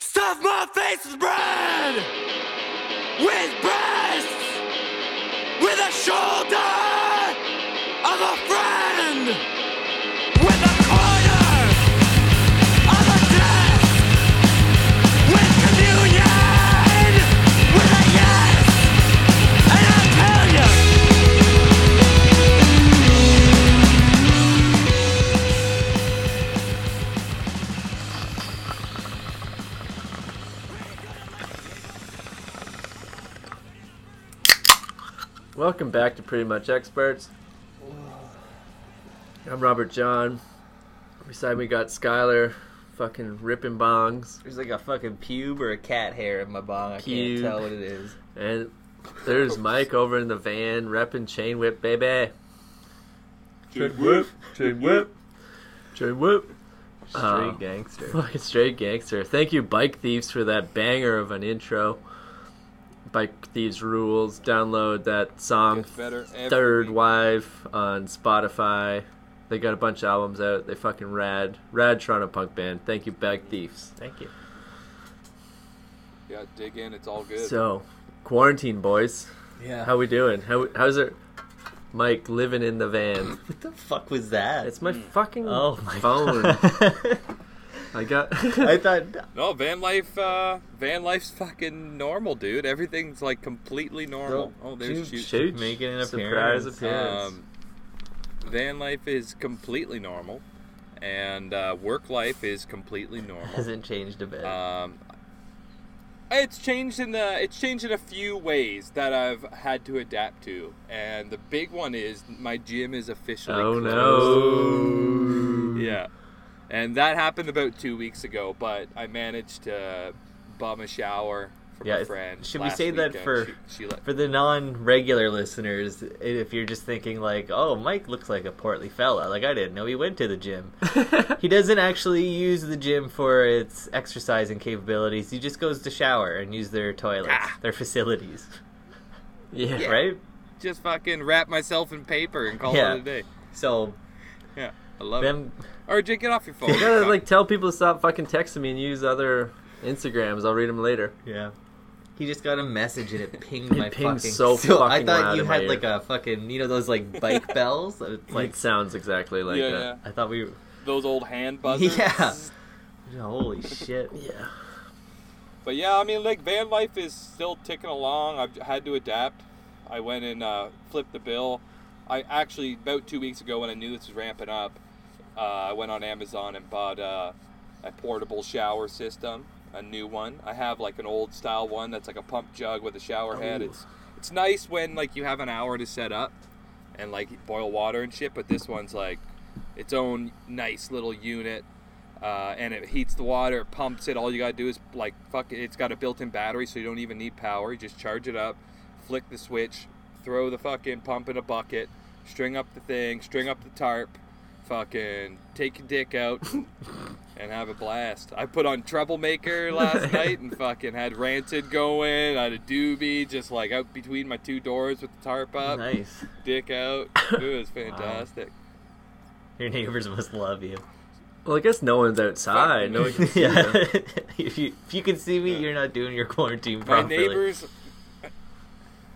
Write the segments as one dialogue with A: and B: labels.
A: Stuff my face with bread! With breasts! With a shoulder of a friend! With a corner of a desk! With communion! With a yes! And I'll tell you!
B: Welcome back to Pretty Much Experts. I'm Robert John. Beside me got Skylar, fucking ripping bongs,
C: There's like a fucking pube or a cat hair in my bong. I
B: Pube.
C: can't tell what it is.
B: and there's Mike over in the van repping chain whip, baby.
C: Chain whip, chain whip.
B: Chain whip.
C: Straight
B: Oh.
C: gangster.
B: Fucking straight gangster. Thank you, Bike Thieves, for that banger of an intro. Bike Thieves rules. Download that song,
D: Gets better every
B: Third
D: week.
B: Wife, on Spotify. They got a bunch of albums out. They fucking rad. Rad Toronto punk band. Thank you, Bike Thieves.
C: Thank you.
D: Yeah, dig in. It's all good.
B: So, quarantine boys,
C: Yeah.
B: how we doing? How how's it, Mike? Living in the van.
C: what the fuck was that?
B: It's my fucking
C: oh my
B: phone.
C: God.
B: I got.
C: I thought
D: no, van life. Uh, van life's fucking normal, dude. Everything's like completely normal. oh, there's
C: dude,
D: Chute.
B: Chooch,
C: Making an
B: surprise
C: appearance.
B: appearance.
D: Um, van life is completely normal, and uh, work life is completely normal.
C: hasn't changed a bit.
D: Um, it's changed in the it's changed in a few ways that I've had to adapt to, and the big one is my gym is officially
B: oh
D: closed.
B: no!
D: Yeah. And that happened about two weeks ago, but I managed to bum a shower from
C: Yeah,
D: a friend.
C: should we
D: last
C: say that
D: weekend.
C: for-
D: She, she let,
C: For the non-regular listeners, if you're just thinking like, "Oh, Mike looks like a portly fella," like I didn't know he went to the gym. he doesn't actually use the gym for its exercising capabilities. He just goes to shower and use their toilets,
D: Ah.
C: their facilities,
B: yeah.
C: right?
D: just fucking wrap myself in paper and call
C: Yeah.
D: it a day.
C: So
D: Yeah, I love it.
C: them,
D: Or Jake, get off your phone.
B: You gotta like tell people to stop fucking texting me and use other Instagrams. I'll read them later.
C: yeah. He just got a message and it pinged
B: It
C: my
B: pinged
C: fucking.
B: so
C: I
B: fucking
C: thought
B: loud
C: you
B: in my
C: had
B: ear.
C: like a fucking, you know, those like bike bells. It's
B: Like
C: like
B: it sounds exactly like
D: yeah,
B: that.
D: yeah.
C: I thought we.
D: Those old hand buzzers.
C: Yeah. Holy shit!
B: Yeah.
D: But yeah, I mean, like van life is still ticking along. I've had to adapt. I went and uh, flipped the bill. I actually about two weeks ago when I knew this was ramping up, uh, I went on Amazon and bought uh, a portable shower system, a new one. I have like an old style one that's like a pump jug with a shower head.
B: Ooh.
D: It's it's nice when like you have an hour to set up and like boil water and shit. But this one's like its own nice little unit uh, and it heats the water, it pumps it. All you gotta do is like fuck it. It's got a built-in battery, so you don't even need power. You just charge it up, flick the switch, throw the fucking pump in a bucket, string up the thing, string up the tarp, fucking take your dick out, and have a blast. I put on Troublemaker last night and fucking had Ranted going. I had a doobie just like out between my two doors with the tarp up,
C: Nice.
D: dick out. It was fantastic.
C: Your neighbors must love you.
B: Well, I guess no one's outside. No one can see
C: yeah.
B: them.
C: if you if you can see me, you're not doing your quarantine
D: my
C: properly.
D: neighbors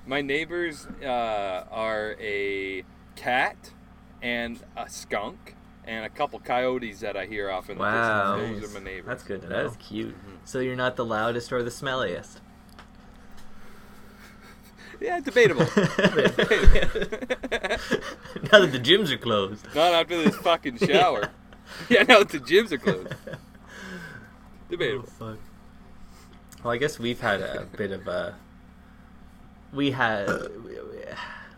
D: my neighbors uh, are a cat and a skunk and a couple coyotes that I hear off in the
B: Wow.
D: distance. Those
C: Nice.
D: are my neighbors.
C: That's good to
B: That
C: know.
B: is cute.
D: Mm-hmm.
C: So you're not the loudest or the smelliest.
D: Yeah, debatable.
C: now that the gyms are closed.
D: Not after this fucking shower. yeah, now that the gyms are closed.
B: Oh,
D: Debatable.
C: fuck. Well, I guess we've had a bit of a. We had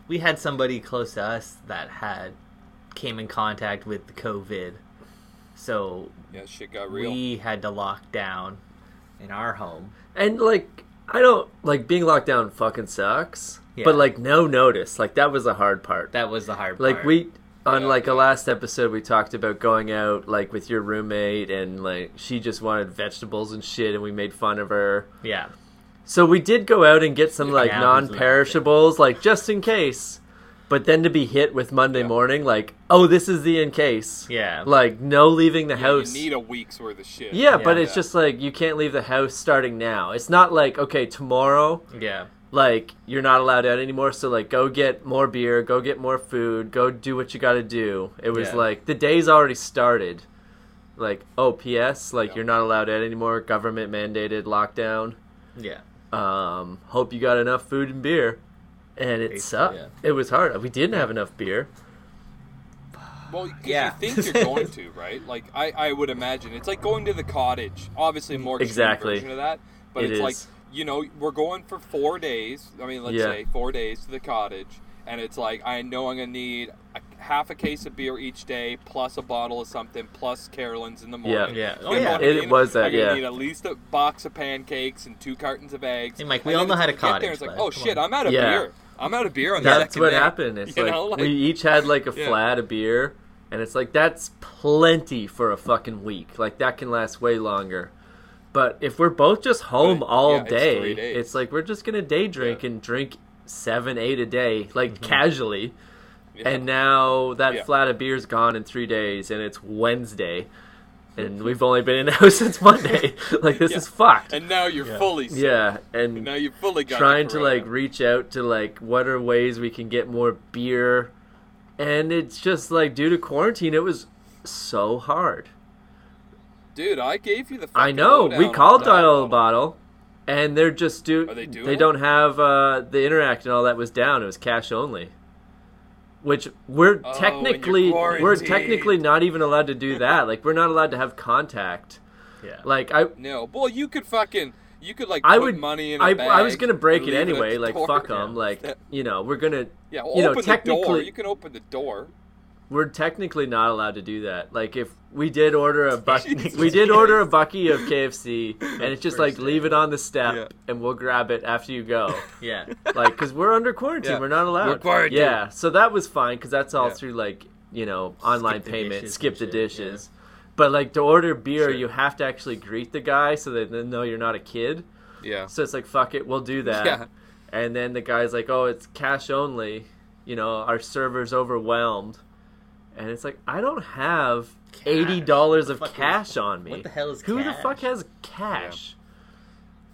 C: we had somebody close to us that had came in contact with the COVID, so
D: Yeah, shit got real.
C: we had to lock down in our home.
B: And like, I don't like being locked down. Fucking sucks.
C: Yeah.
B: But like, no notice. Like that was the hard part.
C: That was the hard part.
B: like we on
D: Yeah.
B: like a last episode we talked about going out like with your roommate and like she just wanted vegetables and shit and we made fun of her.
C: yeah.
B: So we did go out and get some like
C: apples and
B: non-perishables like just in case. But then to be hit with Monday morning, like, oh, this is the in case.
C: Yeah.
B: Like, no leaving the house.
D: You need a week's worth of shit.
B: yeah, but
C: Yeah.
B: it's just like, you can't leave the house starting now. It's not like, okay, tomorrow,
C: yeah.
B: like, you're not allowed out anymore. So, like, go get more beer, go get more food, go do what you got to do. It was
C: Yeah.
B: like, the day's already started. Like, oh, P.S., like,
D: Yeah.
B: you're not allowed out anymore. Government mandated lockdown.
C: Yeah.
B: um, hope you got enough food and beer. And it
C: Basically,
B: sucked.
C: yeah.
B: It was hard. We didn't have enough beer.
D: Well, 'cause
C: Yeah.
D: you think you're going to, right? Like I, I would imagine it's like going to the cottage. Obviously, a more extreme
B: Exactly.
D: version of that, but
B: It
D: it's like
B: is.
D: you know we're going for four days. I mean, let's
B: Yeah.
D: say four days to the cottage, and it's like I know I'm gonna need a, half a case of beer each day, plus a bottle of something, plus Carolyn's in the morning.
C: Yeah.
D: You
C: Oh,
D: know
C: yeah.
D: what I
B: It
D: mean?
B: was that,
D: I'm gonna
B: yeah.
D: Need at least a box of pancakes and two cartons of eggs.
C: Hey, Mike, we
D: And
C: all
D: then
C: know how to
D: you get there,
C: cottage,
D: It's like,
C: bud.
D: oh
C: Come
D: shit,
C: on.
D: I'm out of
B: Yeah.
D: beer. I'm out of beer on the
B: That's
D: second
B: what
D: day.
B: happened. It's
D: You
B: like,
D: know,
B: we each had like a
D: Yeah.
B: flat of beer, and it's like that's plenty for a fucking week. Like that can last way longer. But if we're both just home
D: But,
B: all
D: yeah, it's
B: day,
D: three days.
B: it's like we're just gonna day drink and drink seven, eight a day, like casually.
D: Mm-hmm. Yeah.
B: And now that
D: Yeah.
B: flat of beer's gone in three days, and it's Wednesday, and we've only been in the house since Monday. like this
D: Yeah.
B: is fucked.
D: and now you're
C: Yeah.
D: fully sick.
B: yeah, and
D: Now you fully got
B: trying
D: the
B: to
D: corona.
B: like reach out to like what are ways we can get more beer and it's just like due to quarantine it was so hard
D: dude. I gave you the.
B: i
D: fucking
B: know we
D: lowdown
B: called
D: on that
B: dial
D: bottle.
B: a bottle and they're just do
D: Are they doing
B: they
D: it?
B: don't have uh the interact and all that was down it was cash only which we're
D: Oh, and you're
B: technically we're
D: quarantined.
B: technically not even allowed to do that like we're not allowed to have contact
C: Yeah.
B: like i
D: No, well, you could fucking, you could like
B: I
D: put
B: would
D: money in. a
B: I,
D: bag
B: I was gonna break
D: and
B: it
D: leave at
B: anyway.
D: the
B: Like
D: door.
B: fuck them. Like you know we're gonna
D: yeah, well,
B: you know
D: open
B: technically
D: the door. You can open the door.
B: we're technically not allowed to do that. Like if we did order a buck,
D: Jesus
B: we did order a bucky of KFC, and it's just like
C: First
B: leave it on the step,
D: Yeah.
B: and we'll grab it after you go.
C: Yeah.
B: like because we're under quarantine,
D: Yeah.
B: we're not allowed.
D: We're quarantined.
B: Yeah, so that was fine because that's all
D: Yeah.
B: through like you know online
C: the
B: payment,
C: dishes
B: skip
C: and
B: the
C: shit,
B: dishes. But like to order beer,
D: Sure.
B: you have to actually greet the guy so that they know you're not a kid.
D: Yeah,
B: So it's like, fuck it, we'll do that.
D: Yeah.
B: And then the guy's like, oh, it's cash only. You know, our server's overwhelmed. And it's like, I don't have $80
C: What
B: of
C: the fuck
B: cash
C: is-
B: on me.
C: what the hell is
B: Who the
C: cash?
B: fuck has cash?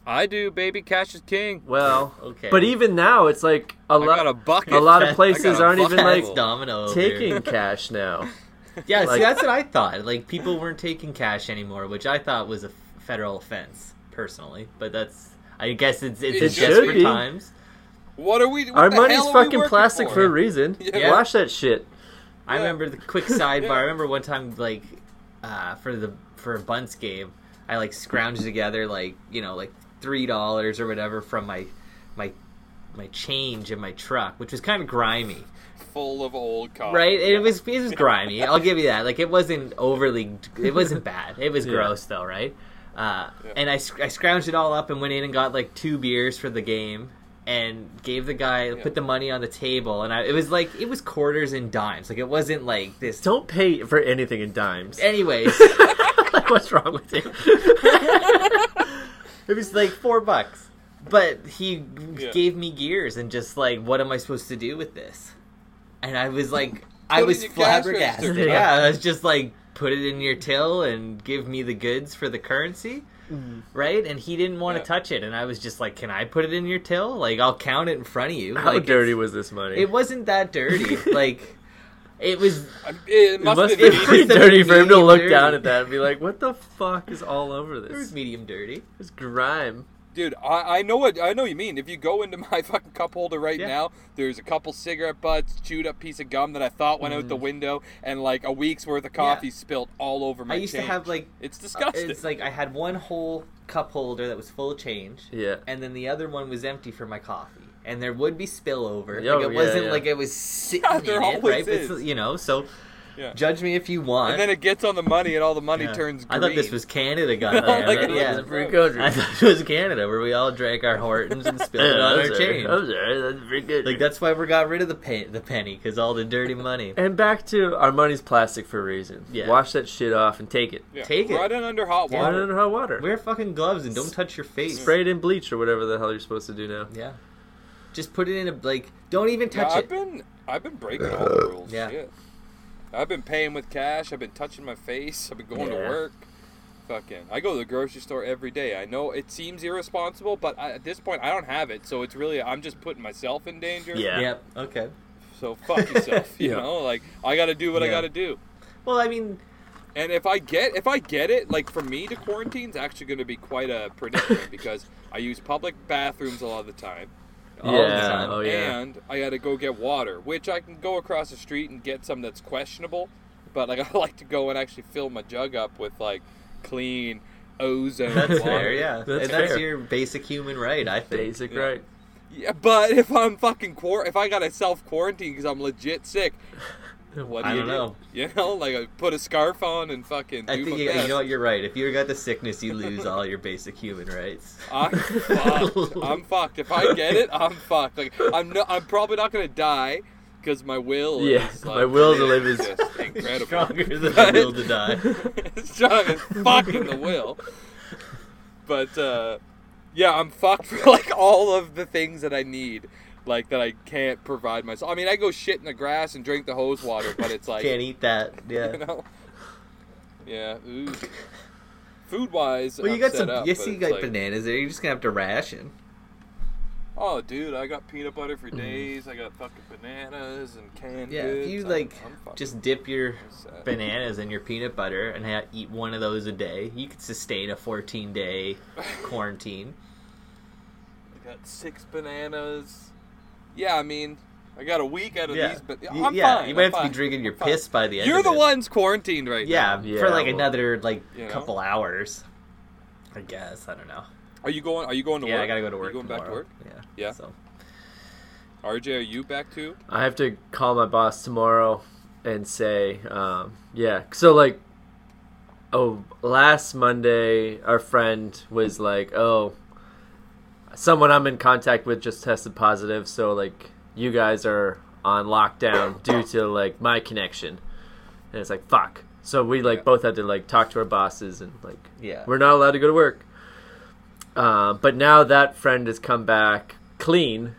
D: I do, baby. Cash is king.
B: Well,
C: Okay.
B: but even now, it's like a
D: I
B: lot.
D: got a bucket.
B: a lot of
D: I got
B: places
D: a
B: aren't even,
D: bucket.
B: like,
C: Domino over here.
B: Taking cash now.
C: Yeah,
B: Like-
C: see, that's what I thought. Like people weren't taking cash anymore, which I thought was a f- federal offense, personally. But that's, I guess it's it's
D: It
C: in
D: should
C: desperate
B: be.
C: times.
D: What are we? What
B: Our
D: the
B: money's
D: hell are we
B: fucking
D: working
B: plastic for? a
D: for
B: reason.
D: Yeah.
B: Wash that shit.
C: I
D: Yeah.
C: remember the quick sidebar.
D: Yeah.
C: I remember one time, like, uh, for the for a Bunts game, I like scrounged together, like you know, like three dollars or whatever from my my my change in my truck, which was kind of grimy,
D: full of old coffee.
C: right? It was it was grimy. I'll give you that. Like, it wasn't overly, it wasn't bad. It was
B: Yeah.
C: gross though, right? Uh,
D: Yeah.
C: And I sc- I scrounged it all up and went in and got like two beers for the game. And gave the guy put the money on the table, and I, it was like it was quarters and dimes. Like it wasn't like this
B: Don't pay for anything in dimes.
C: Anyways,
B: like, what's wrong with you?
C: it was like four bucks. But he
D: Yeah.
C: gave me gears and just like, what am I supposed to do with this? And I was like, I
D: Put it
C: was
D: in your cash register.
C: flabbergasted.
B: Yeah.
C: Yeah. I was just like, put it in your till and give me the goods for the currency.
B: Mm-hmm.
C: Right? And he didn't want to
D: Yeah.
C: touch it. And I was just like, can I put it in your till? Like, I'll count it in front of you.
B: How
C: like,
B: dirty
C: it's-
B: was this money?
C: It wasn't that dirty. like, it was
D: I- It
B: It
D: must,
B: must
D: have
B: be
D: been.
B: pretty
C: Must have
B: dirty
C: been
B: for him to
C: medium
B: look
C: dirty.
B: down at that and be like, "What the fuck is all over
C: it was
B: this?
C: medium dirty.
B: It's grime."
D: Dude, I, I know what I know what you mean. If you go into my fucking cup holder right
C: Yeah.
D: now, there's a couple cigarette butts, chewed up piece of gum that I thought went
C: Mm-hmm.
D: out the window, and like a week's worth of coffee spilt all over my.
C: I used to
D: change.
C: have, like,
D: it's disgusting.
C: It's like I had one whole cup holder that was full of change.
B: Yeah.
C: And then the other one was empty for my coffee. And there would be spillover.
B: Yo,
C: like it
B: yeah,
C: wasn't
B: yeah.
C: like it was sitting
D: Yeah,
C: in
D: there
C: it,
D: always
C: right? But it's-
D: is.
C: you know, so
D: Yeah.
C: judge me if you want.
D: And then it gets on the money, and all the money
C: Yeah.
D: turns green. Oh
C: I thought this was Canada got
D: No,
C: there.
D: like,
C: right?
D: it
C: yeah.
D: was
B: It's a free
C: I
B: country.
C: thought it was Canada where we all drank our Hortons and spilled it on our change.
B: I'm sorry, that's a free country.
C: Like that's why we got rid of the pe- the penny because all the dirty money.
B: and back to our money's plastic for a reason.
C: Yeah.
B: Wash that shit off and take it.
D: Yeah.
C: Take it.
D: Run it under hot
B: Run it
D: water.
B: under hot water.
C: Wear fucking gloves and don't touch your face.
B: Spray it in bleach or whatever the hell you're supposed to do now.
C: Yeah. Just put it in a like. Don't even
D: Yeah,
C: touch
D: I've
C: it.
D: been I've been breaking all the rules.
C: Yeah.
D: Shit. I've been paying with cash. I've been touching my face. I've been going
B: Yeah.
D: to work. Fucking, I go to the grocery store every day. I know it seems irresponsible, but I, at this point, I don't have it, so it's really I'm just putting myself in danger.
B: Yeah.
C: Yep. Okay.
D: So fuck yourself. You
B: Yeah.
D: know, like I got to do what I
C: Yeah.
D: got to do.
C: Well, I mean,
D: And if I get if I get it, like for me, the quarantine's actually going to be quite a predicament because I use public bathrooms a lot of the time.
C: All the
B: yeah.
C: time.
B: Oh yeah.
D: And I got to go get water, which I can go across the street and get some that's questionable, but like I like to go and actually fill my jug up with like clean ozone
C: that's
D: water.
C: fair. Yeah,
B: That's
C: and that's
B: fair.
C: your basic human right. I think.
B: Basic
D: Yeah.
B: right.
D: Yeah, but if I'm fucking quar, if I got to self quarantine because I'm legit sick, what do
C: I
D: you
C: don't
D: do?
C: know.
D: You know, like I put a scarf on and fucking.
C: I
D: do
C: think
D: my
C: you, you
D: best.
C: know what. You're right. If you got the sickness, you lose all your basic human rights.
D: I'm fucked. I'm fucked. If I get it, I'm fucked. Like I'm no, I'm probably not gonna die because my will.
B: Yeah,
D: is, like,
B: my will to live is-
D: just incredible.
C: Stronger than the will to die.
D: It's strong as fucking the will. But uh, yeah, I'm fucked for like all of the things that I need, like that I can't provide myself. I mean, I go shit in the grass and drink the hose water, but it's like
C: Can't eat that. Yeah.
D: you know, yeah. Ooh. Food wise,
C: Well, you got some.
D: Up,
C: you
D: but
C: see, you
D: it's
C: got
D: like-
C: bananas there. You're just gonna have to ration.
D: Oh, dude, I got peanut butter for days. I got fucking bananas and canned
C: Mm-hmm. Yeah,
D: goods.
C: if you
D: I'm-
C: like
D: I'm fucking
C: just dip your
D: sad.
C: bananas in your peanut butter and ha- eat one of those a day, you could sustain a 14 day quarantine.
D: I got six bananas. Yeah, I mean, I got a week out of
C: yeah,
D: these, but
C: You-
D: I'm
C: yeah,
D: fine.
C: you might
D: I'm
C: have to
D: fine.
C: be drinking your
D: I'm fine.
C: piss by the end.
D: You're
C: of
D: the
C: it.
D: one's quarantined right
C: Yeah,
B: Yeah,
C: for like
B: well,
C: another like
D: you know?
C: couple hours. I guess I don't know.
D: now. Are you going? Are you going to
C: yeah,
D: work?
C: I gotta go to work.
D: Are you going
C: tomorrow.
D: back
C: Yeah.
D: Yeah.
C: So
D: to work? RJ, are you back too?
B: I have to call my boss tomorrow and say, um, yeah. So like, oh, last Monday, our friend was like, oh, someone I'm in contact with just tested positive, so like, you guys are on lockdown due to like my connection, and it's like fuck. So we like
D: Yeah.
B: both had to like talk to our bosses and like,
C: yeah.
B: we're not allowed to go to work. Uh, but now that friend has come back clean,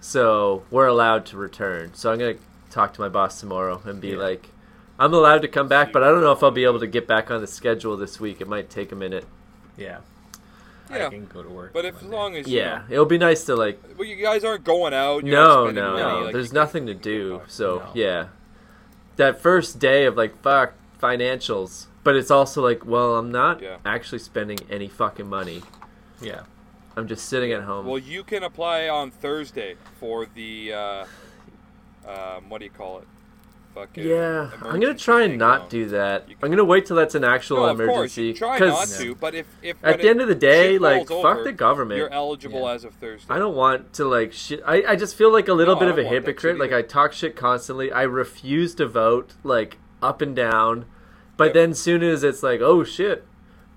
B: so we're allowed to return. So I'm gonna talk to my boss tomorrow and be
C: Yeah.
B: like, I'm allowed to come back, but I don't know if I'll be able to get back on the schedule this week. It might take a minute.
C: yeah.
D: Yeah.
C: I can go to work.
D: But if as
C: Monday.
D: long as you
B: Yeah, it'll be nice to like.
D: know- well, you guys aren't going out. You're
B: No,
D: not spending
B: no,
D: money,
B: no.
D: like,
B: There's
D: you can-
B: nothing to do.
D: back.
B: So
C: No.
B: yeah, that first day of like fuck financials, but it's also like, well, I'm not
D: Yeah.
B: actually spending any fucking money.
C: yeah.
B: I'm just sitting at home.
D: Well, you can apply on Thursday for the uh, um, what do you call it? Fucking
B: Yeah, I'm gonna
D: emergency
B: try and
D: thing
B: not
D: loan.
B: do that.
D: You
B: I'm gonna wait till that's an actual
D: No, of course,
B: emergency.
D: you try not
B: Because
D: to. But if, if when
B: at the
D: it-
B: end of the day,
D: shit
B: like
D: rolls
B: fuck
D: over,
B: the government.
D: You're eligible
C: Yeah.
D: as of Thursday.
B: I don't want to like shit. I, I just feel like a little
D: No,
B: bit
D: I
B: of a
D: don't want that
B: hypocrite.
D: shit
B: Like
D: either.
B: I talk shit constantly. I refuse to vote like up and down, but
D: Yep.
B: then soon as it's like oh shit,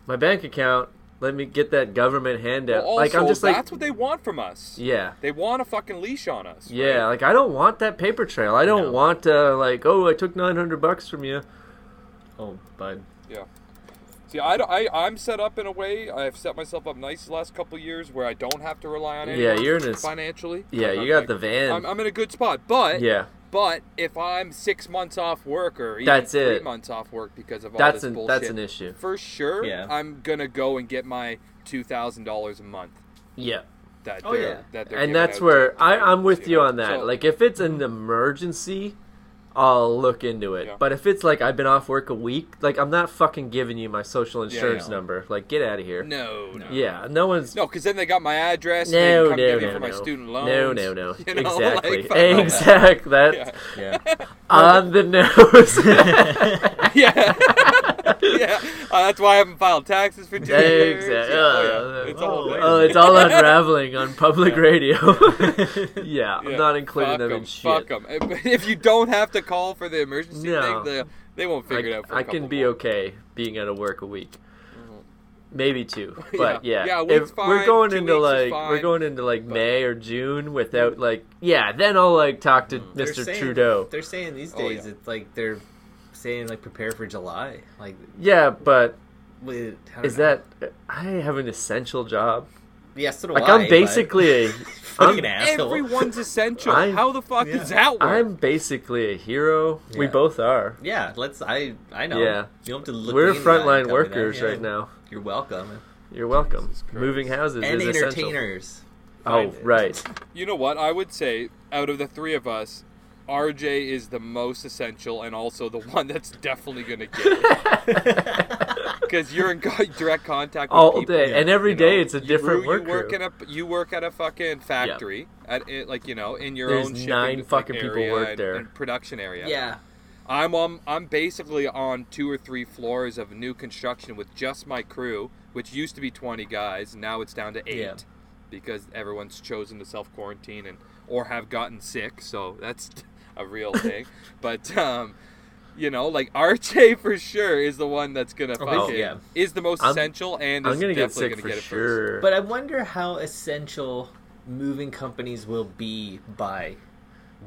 B: my bank account. Let me get that government handout.
D: Well, also,
B: like I'm just like
D: that's what they want from us.
B: yeah.
D: They want a fucking leash on us.
B: Yeah,
D: right?
B: like I don't want that paper trail. I don't
C: No.
B: want to like, oh, I took nine hundred bucks from you.
C: Oh, bud.
D: yeah. See, I, don't- I I'm set up in a way. I've set myself up nice the last couple of years where I don't have to rely on
B: Yeah,
D: anyone
B: you're in a s-
D: financially.
B: Yeah,
D: Like,
B: you
D: I'm
B: got
D: like-
B: the van.
D: I'm, I'm in a good spot, but
B: yeah,
D: but if I'm six months off work or even
B: That's
D: three
B: it.
D: months off work because of all
B: that's
D: this
B: an
D: bullshit,
B: that's an issue.
D: for sure,
C: Yeah.
D: I'm gonna go and get my two thousand dollars a month.
B: Yeah,
D: That
C: Oh,
D: they're-
C: yeah.
D: that they're giving
B: and that's
D: out
B: where
D: to
B: I, I'm with
D: kids,
B: you
D: know?
B: on that.
D: So-
B: like, if it's an emergency, I'll look into it.
D: Yeah.
B: But if it's like I've been off work a week, like I'm not fucking giving you my social insurance
C: no.
B: number. Like, get out of here.
D: no, no,
B: Yeah, no one's.
D: No, because then they got my address. and
B: No,
D: they
B: no,
D: come get me
B: no,
D: for
B: no.
D: my student loans.
B: no, no, no.
D: You know,
B: Exactly.
D: like, fuck all that.
B: exactly. That's
D: Yeah.
C: Yeah.
B: on the nose.
D: Yeah. yeah. Uh, that's why I haven't filed taxes for two years.
B: exactly.
D: Yeah, oh, yeah.
B: Oh,
D: It's all
C: oh,
D: there.
B: oh, it's all unraveling on public radio. yeah, I'm
D: Yeah.
B: not including
D: Fuck
B: them
D: 'em,
B: in shit.
D: Fuck them. If you don't have to call for the emergency
B: No.
D: thing, they, they won't figure
B: I,
D: it out. For a
B: I can
D: couple
B: be
D: more.
B: okay being out of work a week, maybe two.
D: Yeah.
B: But yeah,
D: Yeah, a week's
B: if we're
D: fine,
B: going
D: two
B: into
D: weeks is
B: like we're
D: fine, Mm-hmm.
B: going into like May or June without like yeah, then I'll like talk to
C: They're
B: Mr.
C: saying-
B: Trudeau.
C: They're saying these
D: Oh,
C: days
D: yeah.
C: it's like they're saying like prepare for July. Like
B: Yeah, but
C: with, I don't
B: is
C: know.
B: that I have an essential job?
C: yeah? So do
B: Like
C: I,
B: I'm
C: but-
B: basically a
C: Fucking asshole.
D: Everyone's essential.
B: I-
D: How the fuck
C: Yeah.
D: does that work?
B: I'm basically a hero. We
C: Yeah.
B: both are.
C: Yeah, let's. I I know.
B: Yeah.
C: you don't have to look.
B: We're
C: me in the eye and
B: frontline
C: tell me that.
B: workers
C: Yeah.
B: right now.
C: You're welcome.
B: You're welcome.
D: Jesus Christ.
B: Moving houses
C: and
B: is essential.
C: entertainers.
B: Oh,
C: Find it.
B: right.
D: You know what? I would say out of the three of us, RJ is the most essential and also the one that's definitely going to get it. Because you're in co- direct contact with
B: All
D: people,
B: day, and every
D: every day
B: day it's a different
D: you,
B: work
D: You work
B: crew.
D: in a you work at a fucking factory at it, like you know in your
B: There's
D: own
B: nine
D: shipping
B: fucking people
D: area
B: work
D: and,
B: there.
D: and production area.
C: Yeah.
D: I'm on I'm basically on two or three floors of new construction with just my crew, which used to be 20 guys, now it's down to 8
C: Yeah.
D: because everyone's chosen to self-quarantine and or have gotten sick, so that's a real thing. but um you know, like RJ for sure is the one that's gonna
C: Oh,
D: fucking
C: yeah.
D: is the most
B: I'm-
D: essential and
B: I'm
D: is
B: gonna get
D: definitely
B: sick for
D: gonna get it first.
B: sure.
C: But I wonder how essential moving companies will be by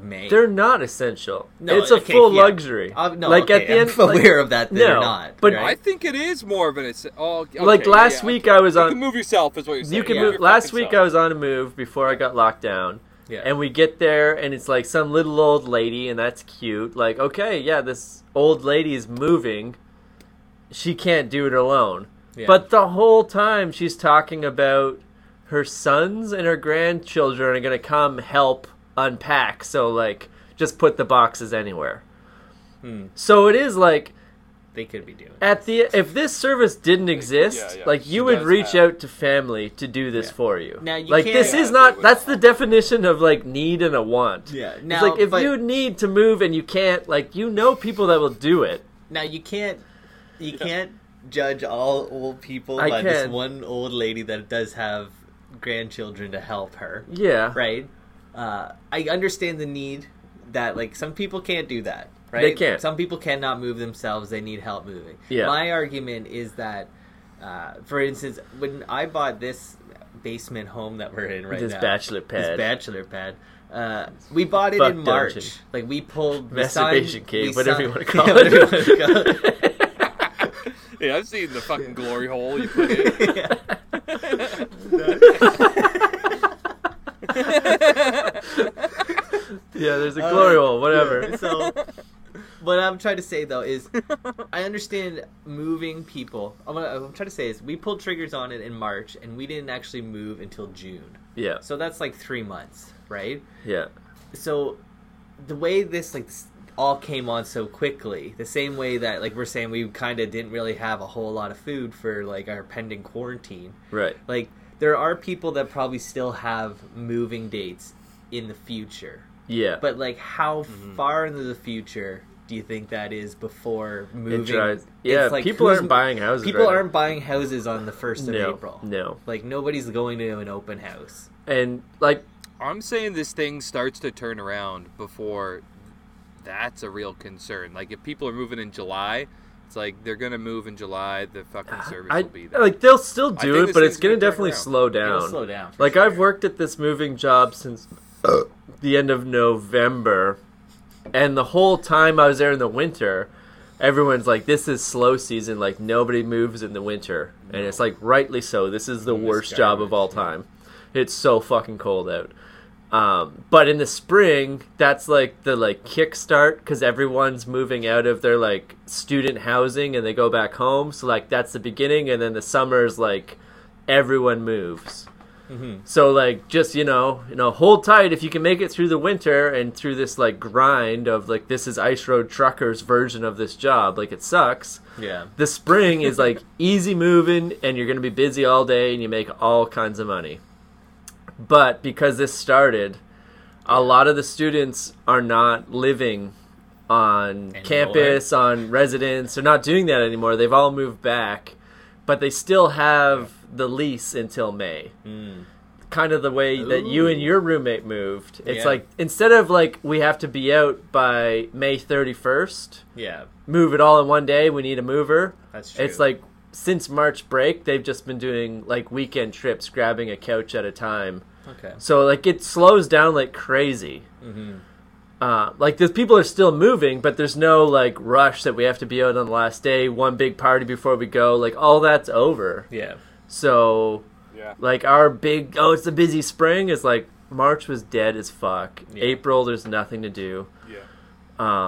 C: May.
B: They're not essential.
C: No,
B: it's a
C: okay,
B: full
C: yeah.
B: luxery.
C: Uh, no,
B: like
C: okay,
B: at the
C: I'm
B: end, like-
C: aware of that. They're
B: no,
C: not.
B: but
C: right?
D: I think it is more of an it's oh, okay,
B: Like last
D: yeah,
B: week,
D: okay.
B: I was
D: You
B: on-
D: can move yourself is what you're saying.
B: You can
C: Yeah.
B: move.
D: your
B: Last
D: fucking
B: week
D: self.
B: I was on a move before I got locked down,
C: Yeah.
B: and we get there and it's like some little old lady, and that's cute. Like, okay, yeah, this old lady is moving. She can't do it alone.
C: Yeah.
B: But the whole time she's talking about her sons and her grandchildren are gonna come help unpack. So like, just put the boxes anywhere. So it is like
C: they could be doing.
B: at the if this service didn't exist,
D: yeah.
B: like you
D: She
B: would
D: does
B: reach
D: have-
B: out to family to do this for you.
C: Now, you
B: like
C: can't-
B: this
D: Yeah,
B: is
D: they
B: not
D: would
B: that's the
D: not.
B: definition of like need and a want.
C: Yeah.
B: it's
C: Now,
B: like if
C: but-
B: you need to move and you can't, like you know people that will do it.
C: Now you can't you can't judge all old people
B: I
C: by this
B: can.
C: one old lady that does have grandchildren to help her.
B: Yeah,
C: Right? Uh, I understand the need that like some people can't do that. Right?
B: They can't.
C: Some people cannot move themselves. They need help moving.
B: Yeah.
C: My argument is that, uh, for instance, when I bought this basement home that we're in right
B: this
C: now,
B: bachelor
C: this
B: pad.
C: bachelor pad. Uh, we bought it
B: Fuck
C: in March.
B: dungeon.
C: Like we pulled we signed-
B: Masturbation
C: we
B: cave, whatever you
C: signed-
B: want to call
C: Yeah, whatever you wanna call it.
D: Yeah, I've seen the fucking glory hole you put in.
B: yeah, there's a glory hole, whatever.
C: Uh, Yeah, so, what I'm trying to say though is, I understand moving people. I'm, what I'm trying to say is, we pulled triggers on it in March, and we didn't actually move until June.
B: Yeah,
C: So that's like three months, right?
B: yeah,
C: So, the way this like s- all came on so quickly, the same way that like we're saying we kind of didn't really have a whole lot of food for like our pending quarantine
B: right.
C: like there are people that probably still have moving dates in the future
B: Yeah,
C: but like how
B: Mm-hmm.
C: far into the future do you think that is before moving
B: drives-
C: It's
B: yeah, people
C: who's-
B: arenst buying houses
C: people
B: right now.
C: aren't buying houses on the first of
B: no,
C: april
B: no,
C: like nobody's going to an open house
B: and like
D: I'm saying this thing starts to turn around before that's a real concern. Like if people are moving in July, it's like they're gonna move in July. The fucking service
B: Uh, I
D: will be there.
B: like they'll still
D: I think
B: do it,
D: this
B: but it's
D: thing's
B: gonna
D: gonna turn
B: definitely
D: around.
B: slow
C: It'll
B: down.
C: slow down for
B: Like
C: sure.
B: I've worked at this moving job since the end of November, and the whole time I was there in the winter, everyone's like, "This is slow season. Like nobody moves in the winter," and it's like rightly so. This is the worst job of all time. It's so fucking cold out. Um, but in the spring, that's like the like kickstart because everyone's moving out of their like student housing and they go back home. So like that's the beginning, and then the summer's like everyone moves. So like just you know you know hold tight if you can make it through the winter and through this like grind of like this is ice road truckers version of this job like it sucks.
C: yeah
B: The spring is like easy moving and you're gonna be busy all day and you make all kinds of money. But because this started, a lot of the students are not living on
C: Anymore.
B: campus, on residence. They're not doing that anymore. They've all moved back, but they still have the lease until May
C: Hmm.
B: kind of the way that you and your roommate moved. It's
C: Yeah.
B: like instead of like we have to be out by May 31st,
C: yeah
B: move it all in one day, we need a mover.
C: that's true
B: It's like since March break, they've just been doing like weekend trips, grabbing a couch at a time.
C: okay
B: So like it slows down like crazy.
C: Mm-hmm.
B: Uh, like the people are still moving, but there's no like rush that we have to be out on the last day, one big party before we go. Like all that's over.
C: yeah
B: So
D: yeah.
B: like our big oh it's a busy spring is like March was dead as fuck.
C: Yeah.
B: April, there's nothing to do.
D: Yeah.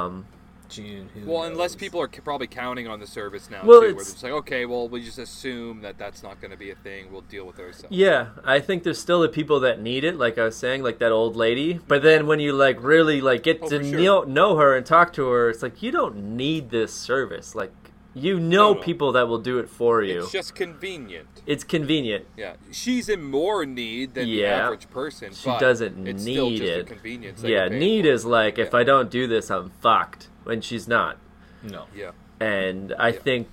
B: Um,
C: June. Who
D: Well, unless
C: knows?
D: people are c- probably counting on the service now
B: Well,
D: too, where
B: it's-
D: it's like, okay, well, we just assume that that's not going to be a thing. We'll deal with it ourselves.
B: yeah, I think there's still the people that need it, like I was saying, like that old lady. But then when you like really like get
D: Oh,
B: to
D: for sure.
B: know, know her and talk to her, it's like you don't need this service. Like you know
D: No, no.
B: people that will do it for you.
D: It's just convenient.
B: It's convenient.
D: Yeah, she's in more need than
B: Yeah.
D: the average person.
B: She
D: but
B: doesn't
D: it's still
B: need
D: just a
B: it.
D: convenience. that
B: Yeah,
D: you're paying
B: need
D: for.
B: is like if
D: Yeah.
B: I don't do this, I'm fucked. When she's not,
C: No.
D: Yeah,
B: and I
D: Yeah.
B: think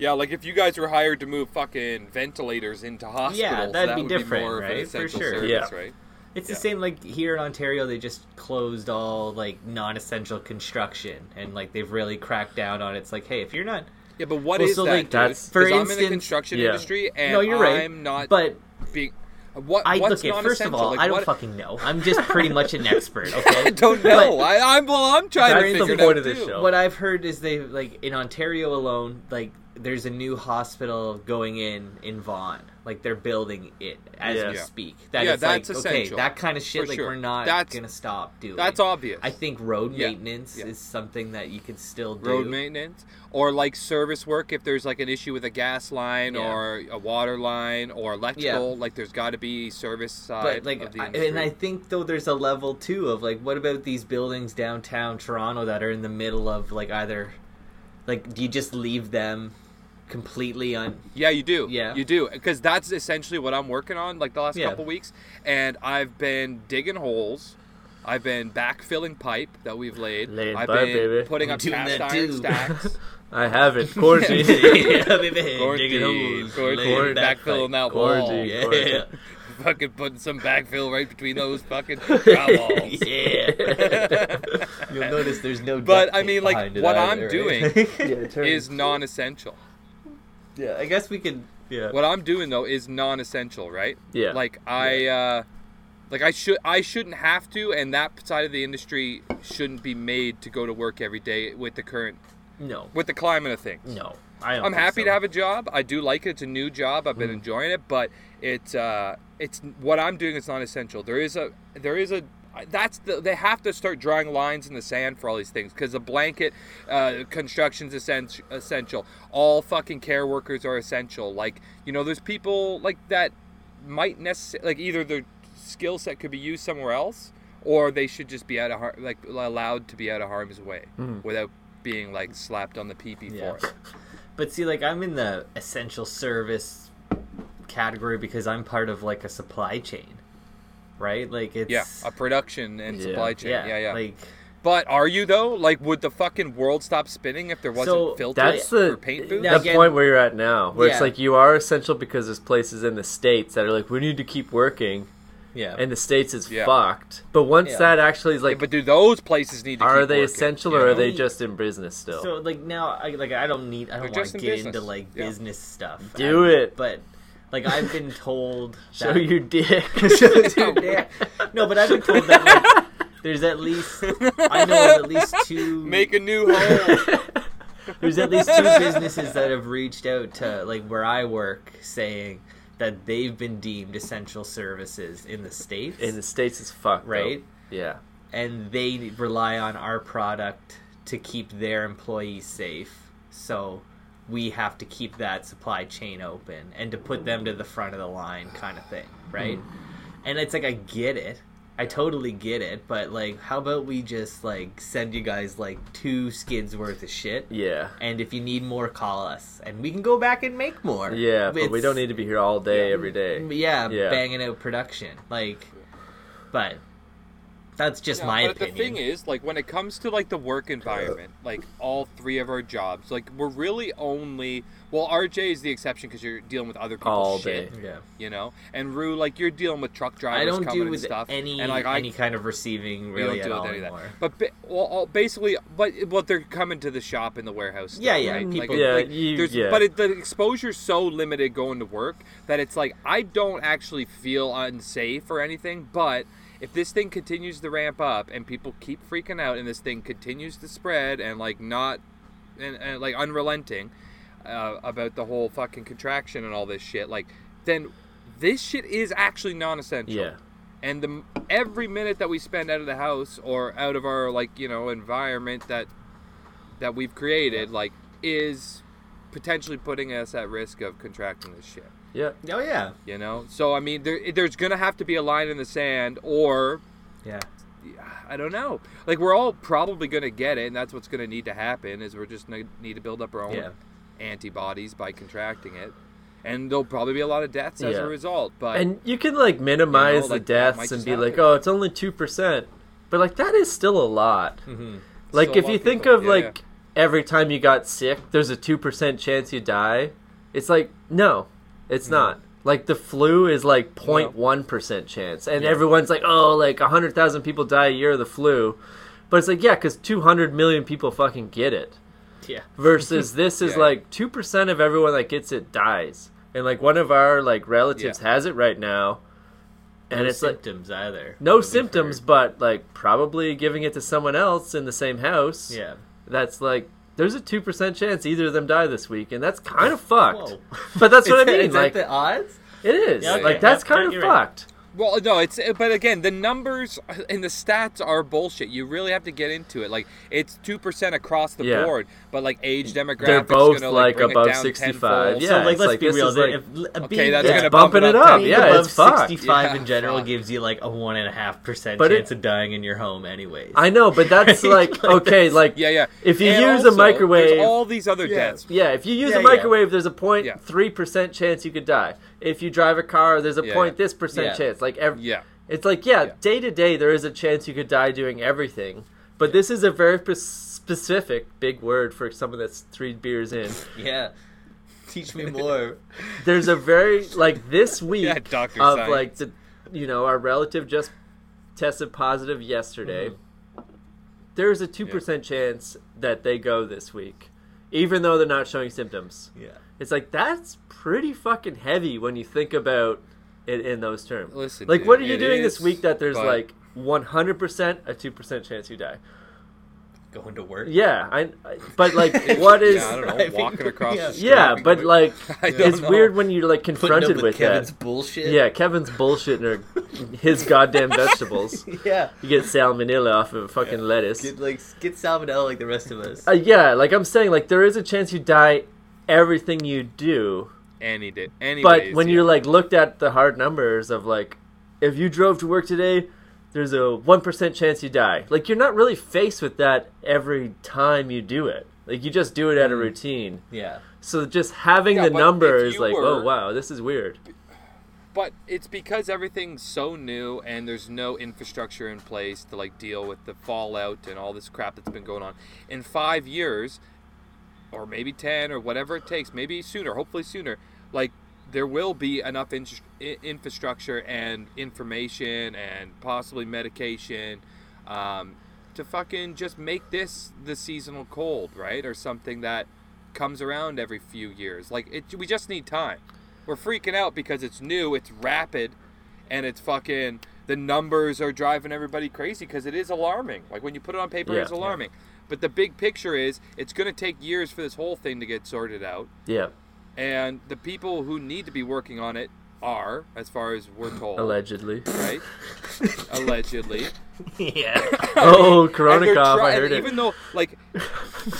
D: yeah. Like if you guys were hired to move fucking ventilators into hospitals,
C: that'd
D: that
C: be
D: would
C: different,
D: be more of
C: right?
D: an
C: For
D: essential
C: sure.
D: service,
B: Yeah.
D: right?
C: It's
D: Yeah.
C: the same like here in Ontario they just closed all like non-essential construction and like they've really cracked down on it. it's like hey if you're not
D: Yeah, but what
C: Well,
D: is
C: so,
D: that?
C: like,
D: dude?
B: that's-
D: 'Cause
C: for
D: I'm in the
C: instance-
D: construction
B: Yeah.
D: industry, and
C: no you're right
D: I'm not
C: but
D: being. What,
C: I
D: what's
C: look at first of
D: non-essential?
C: all
D: Like,
C: I don't
D: what-
C: fucking know I'm just pretty much an expert okay
D: I don't know. I, I'm well. I'm trying
B: That's
D: to
B: the
D: figure it
B: point
D: out
B: of this
D: too.
B: show.
C: what I've heard is they like in Ontario alone, like there's a new hospital going in in Vaughan. Like they're building it as
B: Yeah.
C: we
D: Yeah.
C: speak. That
D: Yeah,
C: it's like,
D: that's essential.
C: Okay, that kind of shit.
D: For
C: like
D: sure.
C: we're not
D: That's-
C: gonna stop doing.
D: That's obvious.
C: I think road
D: Yeah.
C: maintenance
D: Yeah.
C: is something that you can still do.
D: road maintenance or like service work if there's like an issue with a gas line
C: Yeah.
D: or a water line or electrical like there's got to be service side
C: But like,
D: of the
C: I,
D: industry.
C: and I think though there's a level too of like, what about these buildings downtown Toronto that are in the middle of like either, like, do you just leave them completely on?
D: yeah you do
C: Yeah.
D: you do because that's essentially what i'm working on like the last
C: Yeah.
D: couple weeks and i've been digging holes i've been backfilling pipe that we've laid
B: Laying
D: i've
B: pipe,
D: been
B: baby.
D: putting
C: I'm
D: up
C: doing
D: cast
C: that
D: iron
C: too.
D: stacks
B: I haven't. Corgi.
C: yeah, baby, digging
D: Gordy,
C: holes,
D: Gordy,
C: laying
B: Gordy.
C: back pipe.
D: backfilling that wall
B: Gordy.
C: Yeah.
D: fucking putting some backfill right between those fucking drywalls.
C: yeah. You'll notice there's no.
D: But,
C: duct
D: I
C: tape
D: mean, like,
C: behind it
D: what
C: either,
D: I'm
C: right?
D: doing-
B: Yeah, turn.
D: is non-essential
C: yeah, I guess we could. Yeah.
D: what I'm doing though is non-essential, right?
B: Yeah.
D: Like I, uh, like I should, I shouldn't have to, and that side of the industry shouldn't be made to go to work every day with the current,
C: No.
D: with the climate of things.
C: No. I don't
D: I'm
C: think
D: happy
C: so. Hmm.
D: to have a job. I do like it. It's a new job. I've been enjoying it, but it's uh, it's what I'm doing is non-essential. There is a there is a that's the they have to start drawing lines in the sand for all these things because the blanket uh, construction's essen- essential. All fucking care workers are essential. Like you know, there's people like that might necessarily like either their skill set could be used somewhere else or they should just be out of har- like allowed to be out of harm's way without being like slapped on the peepee
C: Hmm. Yeah.
D: for it.
C: But see, like, I'm in the essential service category because I'm part of like a supply chain, right? Like, it's
D: Yeah, a production and
B: Yeah.
D: supply chain. Yeah, yeah.
C: Like,
D: but are you though? Like, would the fucking world stop spinning if there wasn't
C: So,
D: filters
B: That's the
D: for paint booths?
C: now-
B: the
C: again-
B: point where you're at now, where it's
C: Yeah.
B: like you are essential because there's places in the states that are like we need to keep working,
C: yeah,
B: and the states is
D: Yeah.
B: fucked. But once
C: Yeah.
B: that actually is like,
D: but do those places need to?
B: are
D: keep
B: they
D: working,
B: essential
D: you
B: or are
D: know?
B: they just in business still?
C: So like now, I like I don't need I don't want
D: just
C: to
D: in
C: get
D: business.
C: into like
D: Yeah.
C: business stuff.
B: Do
C: I-
B: it.
C: but like I've been told
B: Show
C: that-
B: your dick.
C: Show your dick. No, but I've been told that like, there's at least I know of at least two
D: make a new home?
C: there's at least two businesses that have reached out to like where I work saying that they've been deemed essential services in the states
B: in the states is fucked, though.
C: Right?
B: Yeah,
C: and they rely on our product to keep their employees safe. So we have to keep that supply chain open and to put them to the front of the line kind of thing, right?
B: Hmm.
C: And it's like I get it. I totally get it, but like how about we just like send you guys like two skids worth of shit?
B: yeah,
C: And if you need more, call us, and we can go back and make more.
B: yeah. But we
C: It's-
B: don't need to be here all day every day.
C: Yeah,
B: Yeah.
C: banging out production like, but that's just
D: Yeah,
C: my
D: but
C: opinion.
D: the thing is, like, when it comes to like the work environment, like all three of our jobs, like we're really only well, RJ is the exception because you're dealing with other people's
B: All
D: shit,
B: day.
C: yeah.
D: you know. And Rue, like, you're dealing with truck drivers
C: I don't
D: coming
C: do
D: and
C: with
D: stuff,
C: any
D: and like I
C: any kind of receiving
D: We don't
C: really
D: deal
C: at all
D: with any of
C: anymore.
D: that. But ba- well, all, basically, but what they're coming to the shop in the warehouse. Stuff,
C: Yeah, yeah,
D: right?
C: people-
B: Yeah, you-
D: there's-
B: yeah.
D: But it, the exposure's so limited going to work that it's like I don't actually feel unsafe or anything. But if this thing continues to ramp up and people keep freaking out and this thing continues to spread and like not and, and like unrelenting uh, about the whole fucking contraction and all this shit, like then this shit is actually non-essential
B: Yeah,
D: and the every minute that we spend out of the house or out of our like you know environment that that we've created like is potentially putting us at risk of contracting this shit
B: Yeah.
C: Oh yeah,
D: you know so i mean there, there's gonna have to be a line in the sand or
C: yeah.
D: i don't know like we're all probably gonna get it and that's what's gonna need to happen is we're just gonna need to build up our own
C: Yeah.
D: antibodies by contracting it and there'll probably be a lot of deaths as
B: Yeah.
D: a result but
B: And you can like minimize
D: You know, like,
B: the
D: that might
B: deaths and
D: just
B: be like,
D: happen.
B: oh, it's only two percent, but like that is still a lot.
C: Mhm.
B: Like
D: Mm-hmm. Still a
B: if
D: lot
B: you
D: of
B: think
D: people.
B: of
D: Yeah,
B: like every time you got sick, there's a two percent chance you die. It's like no, it's
D: Mm-hmm.
B: not. Like the flu is like 0.1 percent chance, and everyone's like, oh, like hundred thousand people die a year of the flu, but it's like yeah, because two hundred million people fucking get it.
C: Yeah.
B: versus this is
D: Yeah.
B: like 2% of everyone that gets it dies and like one of our like relatives
D: Yeah.
B: has it right now and
C: no
B: it's like
C: symptoms either.
B: no
C: We've
B: symptoms
C: heard.
B: but like probably giving it to someone else in the same house
C: Yeah.
B: that's like there's a 2% chance either of them die this week and that's kind of fucked
C: Whoa.
B: but that's what
C: Is
B: i
C: that-
B: mean
C: is
B: like
C: that the odds?
B: it is
C: Yeah,
B: like
C: okay.
B: that's
C: Yeah,
B: kind
C: you're
B: of
C: right.
B: fucked
D: Well, no, it's but again, the numbers and the stats are bullshit. You really have to get into it. Like it's two percent across the
B: Yeah.
D: board, but like age demographics.
B: they're both
D: gonna,
B: like,
D: like, bring it
B: above
D: down
B: 65
D: tenfold.
B: yeah
C: So like,
B: it's
C: let's be
B: this
C: real.
B: is,
C: that
B: like,
C: if, uh,
D: Okay,
C: being,
D: that's
B: yeah,
C: yeah,
D: gonna
B: bumping
D: bump
B: it
D: it
B: up
D: up.
C: being
B: yeah
C: above
B: it's fucked
C: 65
D: Yeah,
C: in general
D: fuck.
C: gives you like a one and a half percent
B: But it-
C: chance of dying in your home, anyways.
B: i know but that's
C: Like,
B: like okay like
D: Yeah, yeah.
B: if you
D: And
B: use
D: also,
B: a microwave
D: there's all these other deaths.
B: Yeah, if you use
C: Yeah,
B: a
C: yeah.
B: microwave, there's a point
D: Yeah.
B: three percent chance you could die. If you drive a car, there's a
D: Yeah,
B: point
D: yeah.
B: this percent
C: Yeah.
B: chance. Like every,
D: Yeah,
B: it's like yeah,
D: Yeah.
B: day to day there is a chance you could die doing everything. But this is a very pres- specific big word for someone that's three beers in.
C: Yeah. Teach me more.
B: There's a very like this week
D: Yeah, Dr.
B: of
D: Science.
B: like the, you know our relative just tested positive yesterday.
D: Mm-hmm.
B: There's a two percent chance that they go this week, even though they're not showing symptoms.
C: yeah.
B: It's like that's pretty fucking heavy when you think about it in those terms.
D: Listen,
B: like
D: dude,
B: what are you
D: it
B: doing
D: is,
B: this week that there's
D: but-
B: like 100% a 2% chance you die?
C: Going to work.
B: Yeah, I, I- but like what is
D: yeah, I don't know.
C: Driving-
D: Walking across
C: Yeah.
D: the street.
B: Yeah, but like
D: I don't
B: it's
D: know.
B: weird when you're like confronted with,
C: Kevin's
B: that.
C: bullshit.
B: Yeah, Kevin's bullshit and her- his goddamn vegetables.
C: Yeah.
B: You get salmonella off of fucking lettuce.
C: Get like get salmonella like the rest of us.
B: Uh, yeah, like I'm saying, like there is a chance you die everything you do.
D: Any day. Anyways,
B: but when
D: yeah.
B: you're like looked at the hard numbers of like if you drove to work today there's a 1% chance you die like you're not really faced with that every time you do it like you just do it at a routine
C: Yeah.
B: so just having
D: Yeah,
B: the
D: but if
B: number is
D: you
B: like
D: were-
B: oh wow this is weird
D: But it's because everything's so new and there's no infrastructure in place to like deal with the fallout and all this crap that's been going on. In five years, or maybe ten, or whatever it takes, maybe sooner, hopefully sooner, like there will be enough in- i- infrastructure and information and possibly medication um, to fucking just make this the seasonal cold, right, or something that comes around every few years. Like it, we just need time. We're freaking out because it's new, it's rapid, and it's fucking. The numbers are driving everybody crazy because it is alarming. Like when you put it on paper,
B: Yeah.
D: it's alarming. But the big picture is it's going to take years for this whole thing to get sorted out,
B: yeah
D: and the people who need to be working on it are, as far as we're told,
B: allegedly
D: right? Allegedly.
C: Yeah.
B: oh
D: And they're
B: Koronikov,
D: try-
B: i
D: and
B: heard
D: Even
B: it
D: though, like,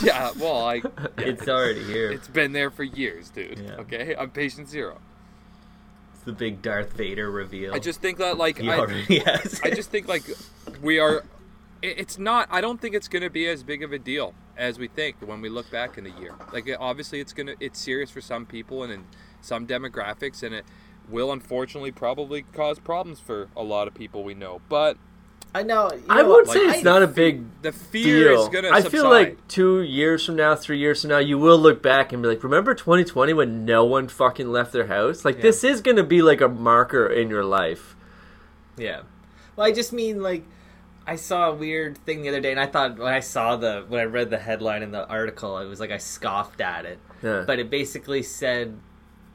D: yeah, well, I,
C: It's already here. It's,
D: it's been there for years, dude.
C: Yeah.
D: Okay, I'm patient zero.
C: the big Darth Vader reveal.
B: Oh.
D: I just think that, like,
C: he
D: I,
C: already has.
D: I just think like we are. it- It's not. I don't think it's going to be as big of a deal as we think when we look back in a year. Like it- obviously, it's gonna. It's serious for some people and in some demographics, and it will unfortunately probably cause problems for a lot of people we know. But
C: I know. you
B: i
C: know,
B: would
C: like,
B: say it's
C: I-
B: not a big
D: the fear
B: deal
D: is going to.
B: i
D: subside.
B: feel like two years from now three years from now you will look back and be like remember 2020 when no one fucking left their house like this is gonna be like a marker in your life
C: Yeah. Well, I just mean like I saw a weird thing the other day, and I thought when I saw the when I read the headline in the article, it was like I scoffed at it,
B: Yeah.
C: but it basically said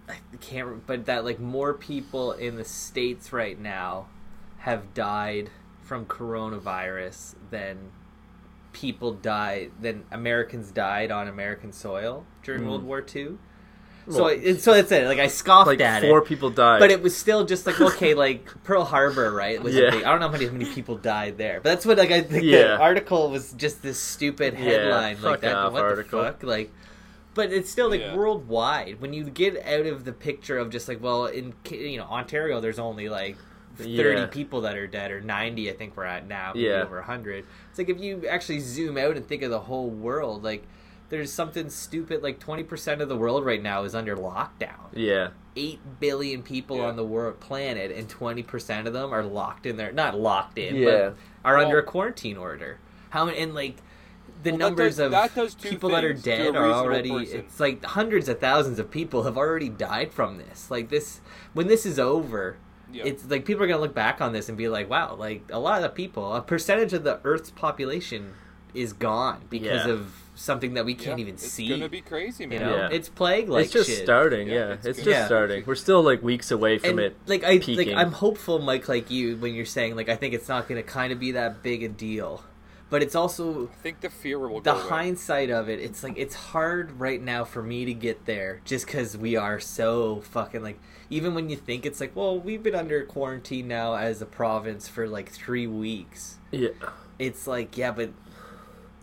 C: I can't, re- but that like more people in the states right now have died from coronavirus than
B: Hmm.
C: people died than Americans died on American soil during World War II. So I, and so that's it. Like I scoffed
B: like
C: at
B: four
C: it.
B: people died.
C: But it was still just like okay, like Pearl Harbor, right? Was a
B: Yeah.
C: big- I don't know how many, how many people died there, but that's what like I think
B: Yeah.
C: the article was just this stupid
B: Yeah,
C: headline
B: fuck
C: like that.
B: off
C: what
B: article.
C: the fuck? Like, but it's still like
D: Yeah.
C: worldwide. When you get out of the picture of just like well, in Ca- you know Ontario, there's only like. 30
B: Yeah.
C: people that are dead or 90 i think we're at now maybe
B: Yeah.
C: over 100 it's like if you actually zoom out and think of the whole world like there's something stupid like 20% of the world right now is under lockdown
B: yeah,
C: 8 billion people
D: Yeah.
C: on the world planet and 20% of them are locked in there not locked in
B: Yeah.
C: but are
D: Well-
C: under a quarantine order how and like the
D: Well, that
C: numbers
D: does- that does
C: of
D: two
C: people that are
D: things to a
C: dead are
D: reasonable
C: already
D: person.
C: it's like hundreds of thousands of people have already died from this like this when this is over
D: Yeah.
C: it's like people are going to look back on this and be like wow like a lot of people a percentage of the earth's population is gone because
B: Yeah.
C: of something that we can't
D: Yeah,
C: even
D: it's
C: see
D: It's gonna be crazy,
C: you
D: man.
C: know
B: Yeah.
C: it's plague like
B: it's just
C: shit
B: starting.
D: Yeah,
B: Yeah,
D: it's
B: it's,
D: good.
B: just
C: Yeah.
B: starting. We're still like weeks away from
C: and
B: it.
C: like I
B: peaking.
C: like I'm hopeful, Mike, like you, when you're saying like I think it's not going to kind of be that big a deal, but it's also
D: I think the fear will
C: the
D: go away.
C: hindsight of it. It's like it's hard right now for me to get there just because we are so fucking like. Even when you think it's like, well, we've been under quarantine now as a province for like three weeks.
B: yeah,
C: It's like, yeah, but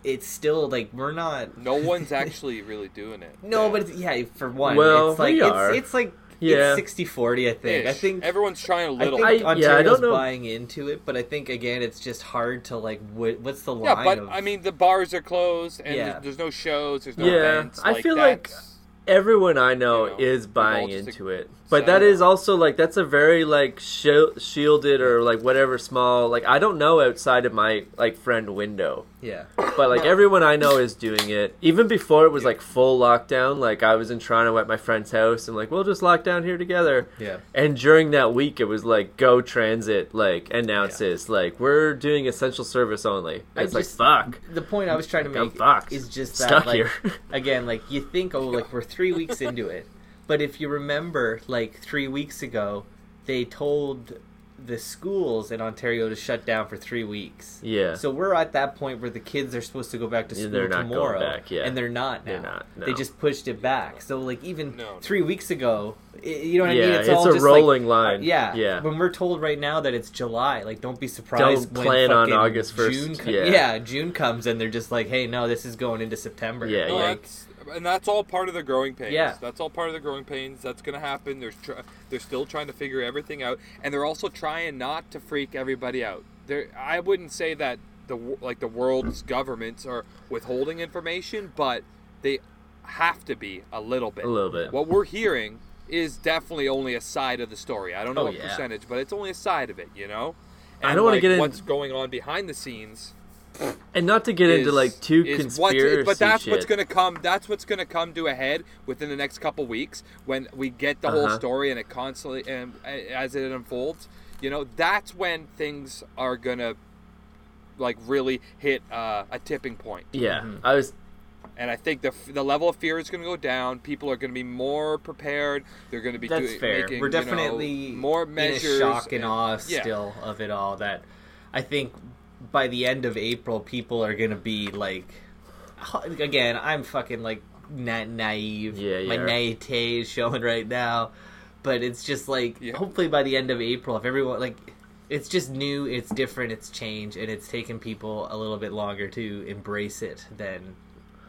C: it's still like we're not.
D: No one's actually really doing it.
C: No, but it's, yeah, for one,
B: Well,
C: it's like
B: we
C: it's,
B: are.
C: it's like
B: Yeah.
C: it's 60-40, I think. I
D: Ish.
C: think
D: everyone's trying a
C: I
D: little.
C: think
B: I- yeah, I
C: Ontario's
B: don't know.
C: buying into it, but I think again it's just hard to like what, what's the line
D: yeah, but
C: of
D: I mean the bars are closed and
C: Yeah.
D: there's, there's no shows. There's no
B: Yeah,
D: events.
B: I feel like-
D: that's-
B: everyone I know
D: You know,
B: is
D: we've all
B: buying
D: just
B: into it, but
D: accepted
B: that
D: it.
B: is also like that's a very like shil- shielded or like whatever small like I don't know outside of my like friend window.
C: yeah.
B: But like everyone I know is doing it. Even before it was like full lockdown, like I was in Toronto at my friend's house and like we'll just lock down here together.
C: Yeah.
B: And during that week it was like go transit like announces like we're doing essential service only.
C: I
B: It's like
C: just-
B: fuck.
C: The point I was trying to
B: I'm
C: make
B: fucked.
C: is just that
B: Stuck
C: like
B: here.
C: again like you think oh like we're 3 weeks into it. But if you remember like 3 weeks ago they told the schools in Ontario to shut down for 3 weeks.
B: Yeah.
C: So we're at that point where the kids are supposed to go back to
B: Yeah,
C: school
B: they're not going
C: tomorrow,
B: back, yeah.
C: and they're not now.
B: They're not,
C: They
B: no.
C: just pushed it back. So like even
D: No, no.
C: three weeks ago, i- you know what
B: yeah,
C: I mean?
B: it's,
C: all
B: a
C: just, like,
B: rolling line.
C: Yeah,
B: Yeah.
C: When we're told right now that it's July, like don't be surprised.
B: Don't
C: when
B: plan on
C: fucking
B: August 1st,
C: June co-
B: yeah.
C: June comes and they're just like, hey, no, this is going into September.
B: Yeah,
D: No,
B: yeah.
C: like,
D: that's, and that's all part of the growing pains.
C: Yeah.
D: that's all part of the growing pains. That's gonna happen. They're tr- they're still trying to figure everything out, and they're also trying not to freak everybody out. There, I wouldn't say that the wo- like the world's governments are withholding information, but they have to be a little bit.
B: A little bit.
D: What we're hearing is definitely only a side of the story. I don't know
C: Oh,
D: what
C: yeah.
D: percentage, but it's only a side of it. You know.
B: I
D: And,
B: don't wanna
D: like,
B: get in-
D: what's going on behind the scenes
B: And not to get into
D: is-
B: like two
D: is
B: conspiracy
D: what- but that's what's
B: shit.
D: going to come. That's what's going to come to a head within the next couple weeks when we get the whole
B: Uh-huh.
D: story and it constantly and a- as it unfolds. You know, that's when things are going to like really hit uh, a tipping point.
B: Yeah.
C: Mm-hmm.
B: I was
D: And I think the f- the level of fear is going to go down. People are going to be more prepared. They're going to be
C: that's
D: do-
C: fair.
D: making,
C: we're
D: you know,
C: definitely
D: more
C: in
D: measures
C: a shock and, awe
D: yeah.
C: still of it all. That I think by the end of April, people are gonna be like, again, I'm fucking like na- naive.
B: Yeah, you
C: My
B: are.
C: naivete is showing right now, but it's just like
D: Yeah.
C: hopefully by the end of April, if everyone like. It's just new, it's different, it's change, and it's taken people a little bit longer to embrace it than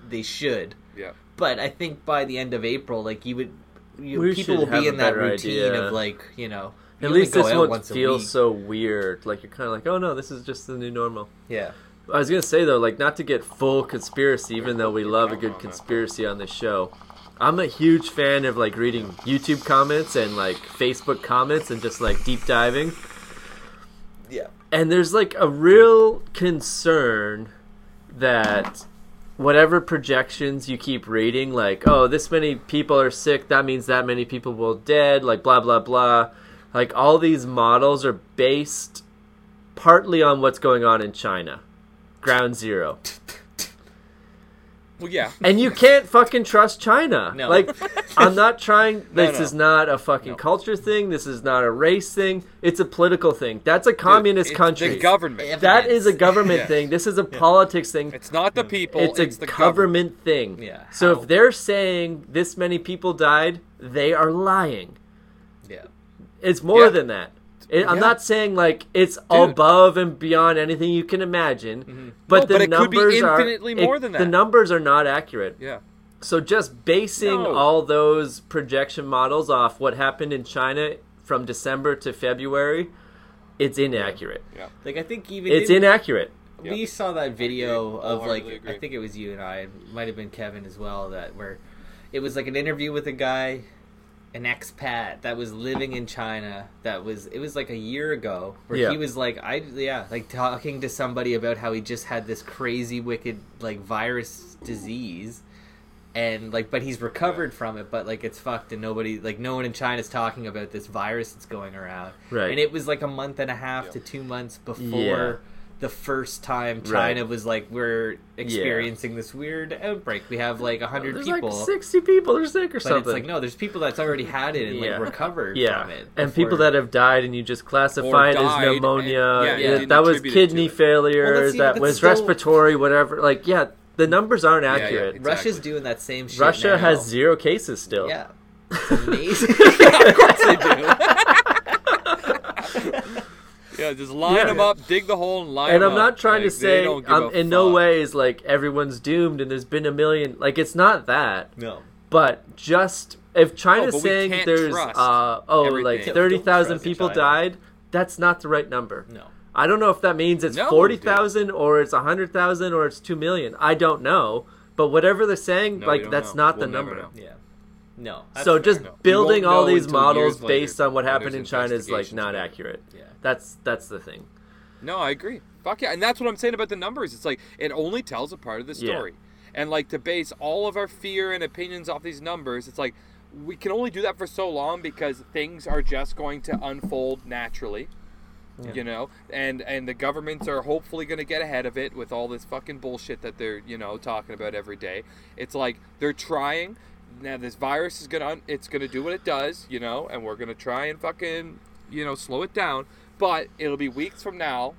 C: they should
D: Yeah.
C: but I think by the end of April, like you would, you,
B: We
C: people
B: should
C: will
B: have
C: be
B: a
C: in that
B: better
C: routine
B: idea.
C: of like you know. you
B: At
C: only
B: least
C: go
B: this
C: out
B: won't
C: once a
B: feel
C: week.
B: so weird. Like you're kind of like, oh no, this is just the new normal.
C: Yeah,
B: I was gonna say though, like not to get full conspiracy, even though we love a good conspiracy on this show. I'm a huge fan of like reading YouTube comments and like Facebook comments and just like deep diving.
C: yeah.
B: And there's like a real concern that whatever projections you keep reading, like, oh, this many people are sick, that means that many people will dead, like blah blah blah. Like all these models are based partly on what's going on in China. Ground zero.
D: Well, yeah.
B: And you can't fucking trust China.
C: No.
B: Like, I'm not trying. This
D: no.
B: is not a fucking
D: No.
B: culture thing. This is not a race thing. It's a political thing. That's a communist
D: It-
B: country.
D: The government.
C: If-
B: that is a government
D: Yeah.
B: thing. This is a politics thing.
D: It's not the people.
B: It's
D: It's,
B: a
D: the government.
B: government thing.
C: Yeah,
B: So
C: how-
B: if they're saying this many people died, they are lying.
C: Yeah.
B: It's more
D: Yeah.
B: than that. It, I'm
D: Yeah.
B: not saying like it's above and beyond anything you can imagine, but
D: Mm-hmm. No,
B: the
D: but it could be
B: numbers are
D: infinitely more than
B: The
D: that.
B: numbers are not accurate.
D: Yeah.
B: So just basing
D: No.
B: all those projection models off what happened in China from December to February, it's inaccurate.
D: Yeah.
C: Like I think even
B: It's
C: didn't-
B: inaccurate.
D: Yeah.
C: we saw that video
D: agree.
C: of like
D: Wholeheartedly
C: I
D: agree.
C: think it was you and I, it might have been Kevin as well, that where it was like an interview with a guy, an expat that was living in China. That was it was like a year ago where
B: Yeah.
C: he was like I yeah like talking to somebody about how he just had this crazy wicked like virus disease. And like, but he's recovered from it. But like, it's fucked, and nobody, like, no one in China is talking about this virus that's going around.
B: Right.
C: And it was like a month and a half
D: Yeah.
C: to two months before
B: Yeah.
C: the first time China was like, we're experiencing this weird outbreak. We have like 100
B: There's
C: people.
B: like 60 people are sick or
C: but
B: something.
C: it's like, no, there's people that's already had it and
B: Yeah.
C: like recovered
B: yeah,
C: from it.
B: and people
C: before-
B: that have died, and you just
D: Or
B: classify it as
D: died and-
B: pneumonia.
D: yeah,
C: yeah,
B: that-
D: didn't
B: that was
D: attribute it to
B: kidney
D: it.
B: failure.
C: Well, that's- yeah,
B: that
C: but
B: was
C: still-
B: respiratory, whatever. Like, yeah, the numbers aren't
D: yeah,
B: accurate.
D: exactly.
C: Russia's doing that same shit.
B: Russia
C: now.
B: has zero cases still.
C: Yeah. It's amazing.
D: of course they do. yeah, just line
B: Yeah.
D: them up, dig the hole, and line
B: and
D: them
B: I'm not trying to say I'm, in no way is like everyone's doomed and there's been a million. Like it's not that,
C: no.
B: but just if China's
D: Oh, but we
B: saying
D: can't
B: there's
D: trust
B: uh, oh like
D: everything.
B: thirty thousand
C: Don't trust
B: people
C: China.
B: died, that's not the right number.
C: No.
B: I don't know if that means it's
D: No, dude.
B: forty thousand or it's hundred thousand or it's two million. I don't know, but whatever they're saying, like that's not the number.
C: Yeah. No.
B: So just
D: enough.
B: building
D: You won't
B: all
D: know
B: these
D: until
B: models
D: years later
B: based on what
D: when
B: happened in
D: there's
B: China is like
D: investigations
B: not
D: made.
B: accurate.
C: Yeah.
B: That's that's the thing.
D: No, I agree. Fuck yeah, and that's what I'm saying about the numbers. It's like it only tells a part of the
B: Yeah.
D: story, and like to base all of our fear and opinions off these numbers, it's like we can only do that for so long because things are just going to unfold naturally. You know, and and the governments are hopefully going to get ahead of it with all this fucking bullshit that they're you know talking about every day. It's like they're trying. Now this virus is gonna un- it's gonna do what it does, you know, and we're gonna try and fucking you know slow it down. But it'll be weeks from now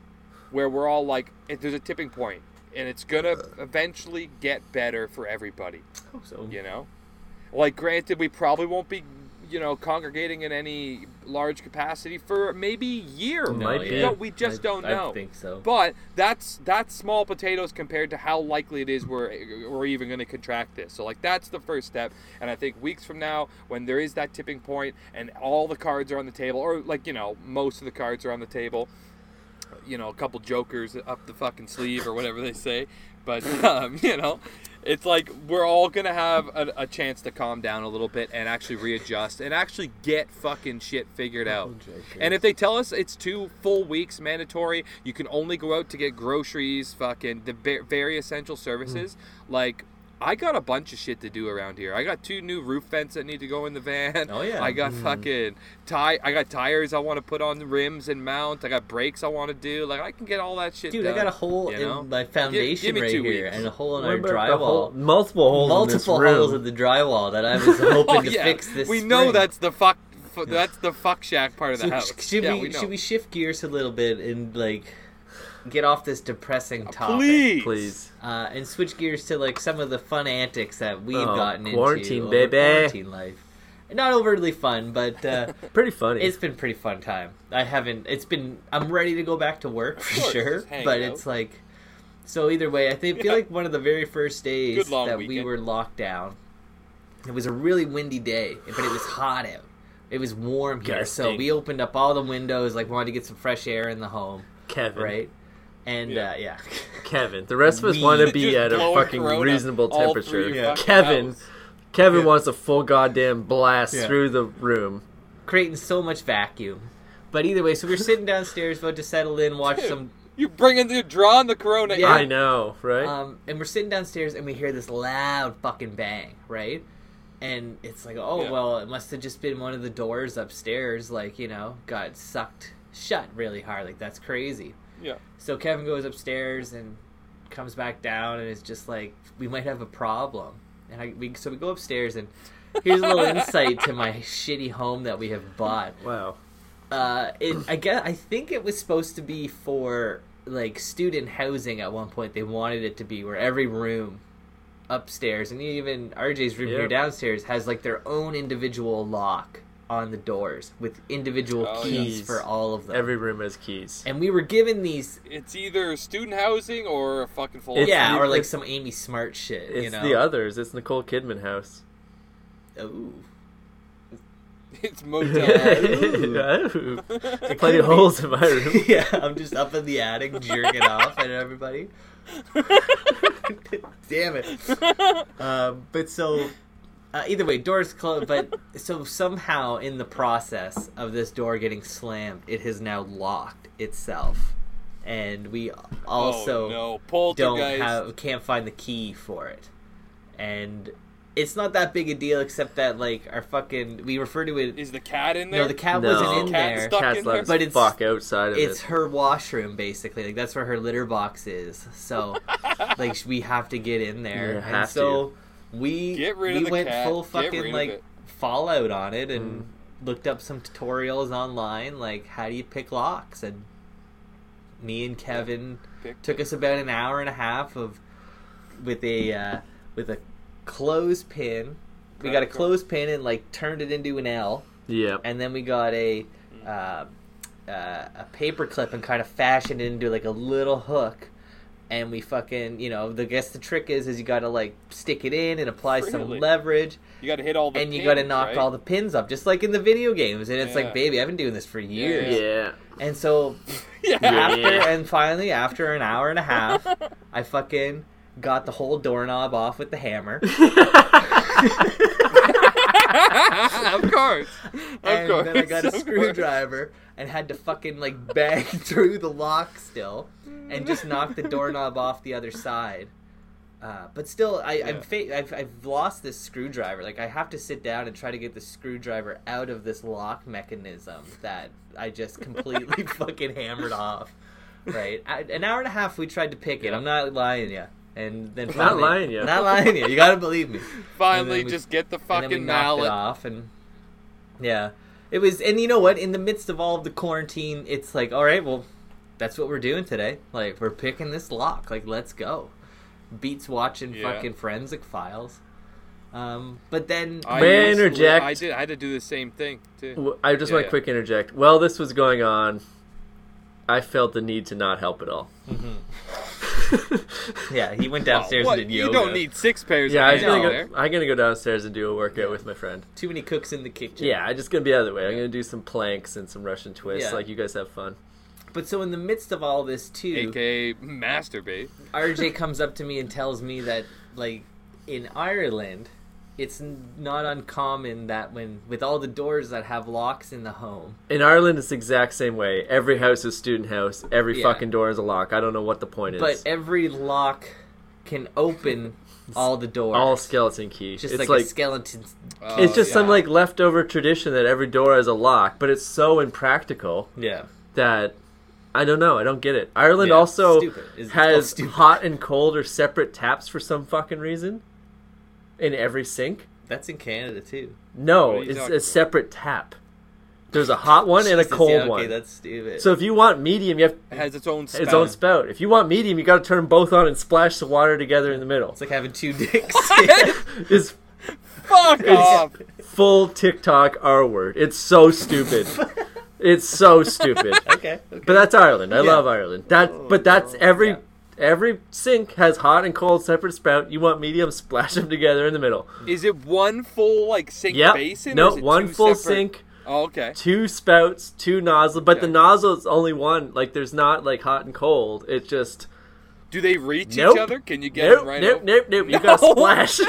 D: where we're all like, if there's a tipping point, and it's gonna eventually get better for everybody.
C: So
D: You know, like granted, we probably won't be, you know, congregating in any large capacity for maybe a year.
B: No, Might be.
D: But we just
C: I-
D: don't know.
C: I think so.
D: But that's that's small potatoes compared to how likely it is we're we're even going to contract this. So like that's the first step, and I think weeks from now, when there is that tipping point and all the cards are on the table, or like you know most of the cards are on the table, you know a couple jokers up the fucking sleeve or whatever they say, but um, you know. It's like we're all gonna have a, a chance to calm down a little bit and actually readjust and actually get fucking shit figured out. And if they tell us it's two full weeks mandatory, you can only go out to get groceries, fucking the ba- very essential services.
C: Mm.
D: Like, I got a bunch of shit to do around here. I got two new roof vents that need to go in the van.
C: Oh, yeah.
D: I got fucking tie. I got tires I want to put on the rims and mount. I got brakes I want to do. Like, I can get all that shit.
C: Dude, I
D: done,
C: got a hole
D: you know?
C: in my foundation
D: give me
C: right
D: two
C: here,
D: weeks.
C: and a hole in
B: Remember
C: our
B: the
C: drywall.
B: hole- multiple holes,
C: multiple
B: in this
C: holes
B: room.
C: in the drywall that I was hoping
D: Oh,
C: to
D: yeah.
C: fix this.
D: We know
C: spring.
D: that's the fuck. fu- That's the fuck shack part of the
C: So
D: house.
C: sh- should
D: Yeah,
C: we,
D: we know.
C: should we shift gears a little bit and like get off this depressing topic?
D: Uh, Please,
B: Please,
C: Uh, and switch gears to like some of the fun antics that we've
B: Oh,
C: gotten
B: quarantine,
C: into over
B: baby.
C: quarantine life. Not overly fun, but uh,
B: pretty funny.
C: it's been pretty fun time. I haven't. It's been. I'm ready to go back to work for
D: course,
C: sure,
D: just hang
C: but
D: out.
C: it's like. So either way, I think feel like one of the very first days
D: Good long
C: that we
D: weekend.
C: were locked down. It was a really windy day, but it was hot out. It was warm here, so
B: Gusting.
C: we opened up all the windows, like wanted to get some fresh air in the home,
B: Kevin.
C: right? And
D: Yeah.
C: uh, yeah,
B: Kevin. The rest of us
C: We-
B: want to be
D: Just
B: at a
D: blowing
B: fucking
D: corona
B: reasonable
D: all through
B: temperature.
D: your fucking
B: Kevin.
D: house.
B: Kevin wants a full goddamn blast
C: Yeah.
B: through the room.
C: creating so much vacuum. But either way, so we were sitting downstairs, about to settle in, watch
D: Dude.
C: some
D: You bringing the drawing the corona.
C: Yeah.
B: I know, right?
C: Um, and we're sitting downstairs and we hear this loud fucking bang, right? And it's like, oh
D: Yeah.
C: well, it must have just been one of the doors upstairs, like you know, got sucked shut really hard. Like that's crazy.
D: yeah.
C: So Kevin goes upstairs and comes back down and is just like, "We might have a problem." And I, we so we go upstairs and here's a little insight to my shitty home that we have bought.
B: Wow.
C: Uh, it, I guess I think it was supposed to be for like student housing at one point. They wanted it to be where every room upstairs and even RJ's room here
B: Yep.
C: downstairs has like their own individual lock on the doors with individual
D: Oh, yeah.
C: keys
B: Keys.
C: for all of them.
B: Every room has keys.
C: and we were given these
D: It's either student housing or a fucking full.
B: It's-
C: yeah,
B: the-
C: or like
B: it's-
C: some Amy Smart shit,
B: It's
C: you know.
B: the others. It's Nicole Kidman house.
C: Ooh.
D: It's motel.
B: Ooh. Plenty of holes in my room.
C: yeah, I'm just up in the attic jerking off at everybody. Damn it. Um, but so, uh, either way, door's closed. But so somehow, in the process of this door getting slammed, it has now locked itself, and we also
D: oh, no
C: don't
D: poltergeist.
C: have can't find the key for it, and. It's not that big a deal, except that like our fucking we refer to it.
D: Is the cat in there?
C: No, the cat
B: No.
C: wasn't in
D: Cat
C: there.
D: stuck
B: Cats
D: in
B: love
D: there.
B: as
C: But it's-
B: fuck outside of
C: it's
B: it.
C: her washroom basically like that's where her litter box is so like sh- we have to get in there
B: You
C: and
B: have
C: so we
D: Get rid
C: we
D: of the
C: went
D: cat.
C: full
D: Get rid
C: fucking
D: of
C: like
D: it.
C: fallout on it
B: Mm.
C: and looked up some tutorials online like how do you pick locks and me and Kevin
D: Picked
C: took us about an hour and a half of with a uh, with a clothespin we got a
D: Practical.
C: clothespin and like turned it into an L
B: Yep.
C: and then we got a
D: Mm.
C: uh, uh, a paper clip and kind of fashioned it into like a little hook and we fucking you know the guess the trick is is you gotta like stick it in and apply some
D: Really?
C: leverage
D: You got to hit all the.
C: and you gotta
D: pins,
C: knock
D: right?
C: all the pins up just like in the video games and it's
D: Yeah.
C: like baby i've been doing this for years
B: yeah.
C: and so
D: Yeah.
C: after and finally after an hour and a half i fucking got the whole doorknob off with the hammer
D: of course. Of
C: and
D: course.
C: then I got
D: of
C: a
D: course.
C: screwdriver and had to fucking like bang through the lock still, and just knock the doorknob off the other side. Uh, but still, I, I'm fa- I've, I've lost this screwdriver. Like I have to sit down and try to get the screwdriver out of this lock mechanism that I just completely fucking hammered off. Right, I, an hour and a half we tried to pick it. I'm not lying you. And then finally-
B: lying ya.
C: Not lying you. You gotta believe me
D: Finally,
C: and then we-
D: just get the
C: and then
D: fucking
C: we knocked it
D: mallet.
C: off and yeah it was and you know what in the midst of all of the quarantine it's like all right well that's what we're doing today like we're picking this lock like let's go beats watching
D: Yeah.
C: fucking forensic files um but then
D: I
B: May I
D: used to-
B: interject?
D: I did. I had to do the same thing too.
B: W- I just
D: Yeah,
B: want to
D: yeah.
B: quick interject. While this was going on, I felt the need to not help at all.
C: yeah he went downstairs
D: What?
C: and did
D: You
C: yoga
D: don't need six pairs.
B: Yeah, I
D: of
B: was
D: hands
B: gonna
D: there.
B: go. I'm gonna go downstairs and do a workout with my friend.
C: too many cooks in the kitchen
B: Yeah, I'm just gonna be out of the way. I'm gonna do some planks and some Russian twists.
C: Yeah.
B: Like you guys have fun.
C: but so in the midst of all this too
D: AKA masturbate.
C: RJ comes up to me and tells me that, like, in Ireland, it's n- not uncommon that when, with all the doors that have locks in the home,
B: In Ireland, it's the exact same way. Every house is student house. Every
C: Yeah.
B: fucking door is a lock. I don't know what the point is.
C: but every lock can open all the doors.
B: all skeleton key.
C: just
B: it's
C: like,
B: like,
C: a skeleton.
D: Oh,
B: it's just
D: yeah.
B: some like leftover tradition that every door has a lock. But it's so impractical.
C: Yeah.
B: that I don't know. I don't get it. Ireland
C: Yeah,
B: also
C: stupid. It's called
B: has
C: stupid.
B: hot and cold or separate taps for some fucking reason in every sink.
C: That's in Canada, too.
B: No,
D: What are you
B: it's
D: talking
B: a
D: about?
B: separate tap. There's a hot one and a
C: Jesus,
B: cold
C: yeah, okay,
B: one.
C: That's stupid.
B: So if you want medium, you have
D: It has its own.
B: its own
D: spout.
B: spout. If you want medium, you got to turn 'em both on and splash the water together in the middle.
C: it's like having two dicks.
B: It's
D: Fuck off.
B: full TikTok R word. It's so stupid. it's so stupid.
C: okay. okay.
B: But that's Ireland. I
C: Yeah.
B: love Ireland. That but that's
D: Oh,
B: every
C: Yeah.
B: every sink has hot and cold separate spout. You want medium, splash them together in the middle.
D: Is it one full like sink
B: Yep.
D: basin? or
B: no,
D: is it
B: one
D: two
B: full
D: separate-
B: sink,
D: Oh, okay.
B: two spouts, two nozzles. But the
D: Yeah.
B: nozzle's only one. Like there's not like hot and cold. It's just
D: Do they reach
B: Nope.
D: each other? Can you get
B: nope,
D: them right?
B: nope,
D: over-
B: nope, nope. You gotta
D: No.
B: splash.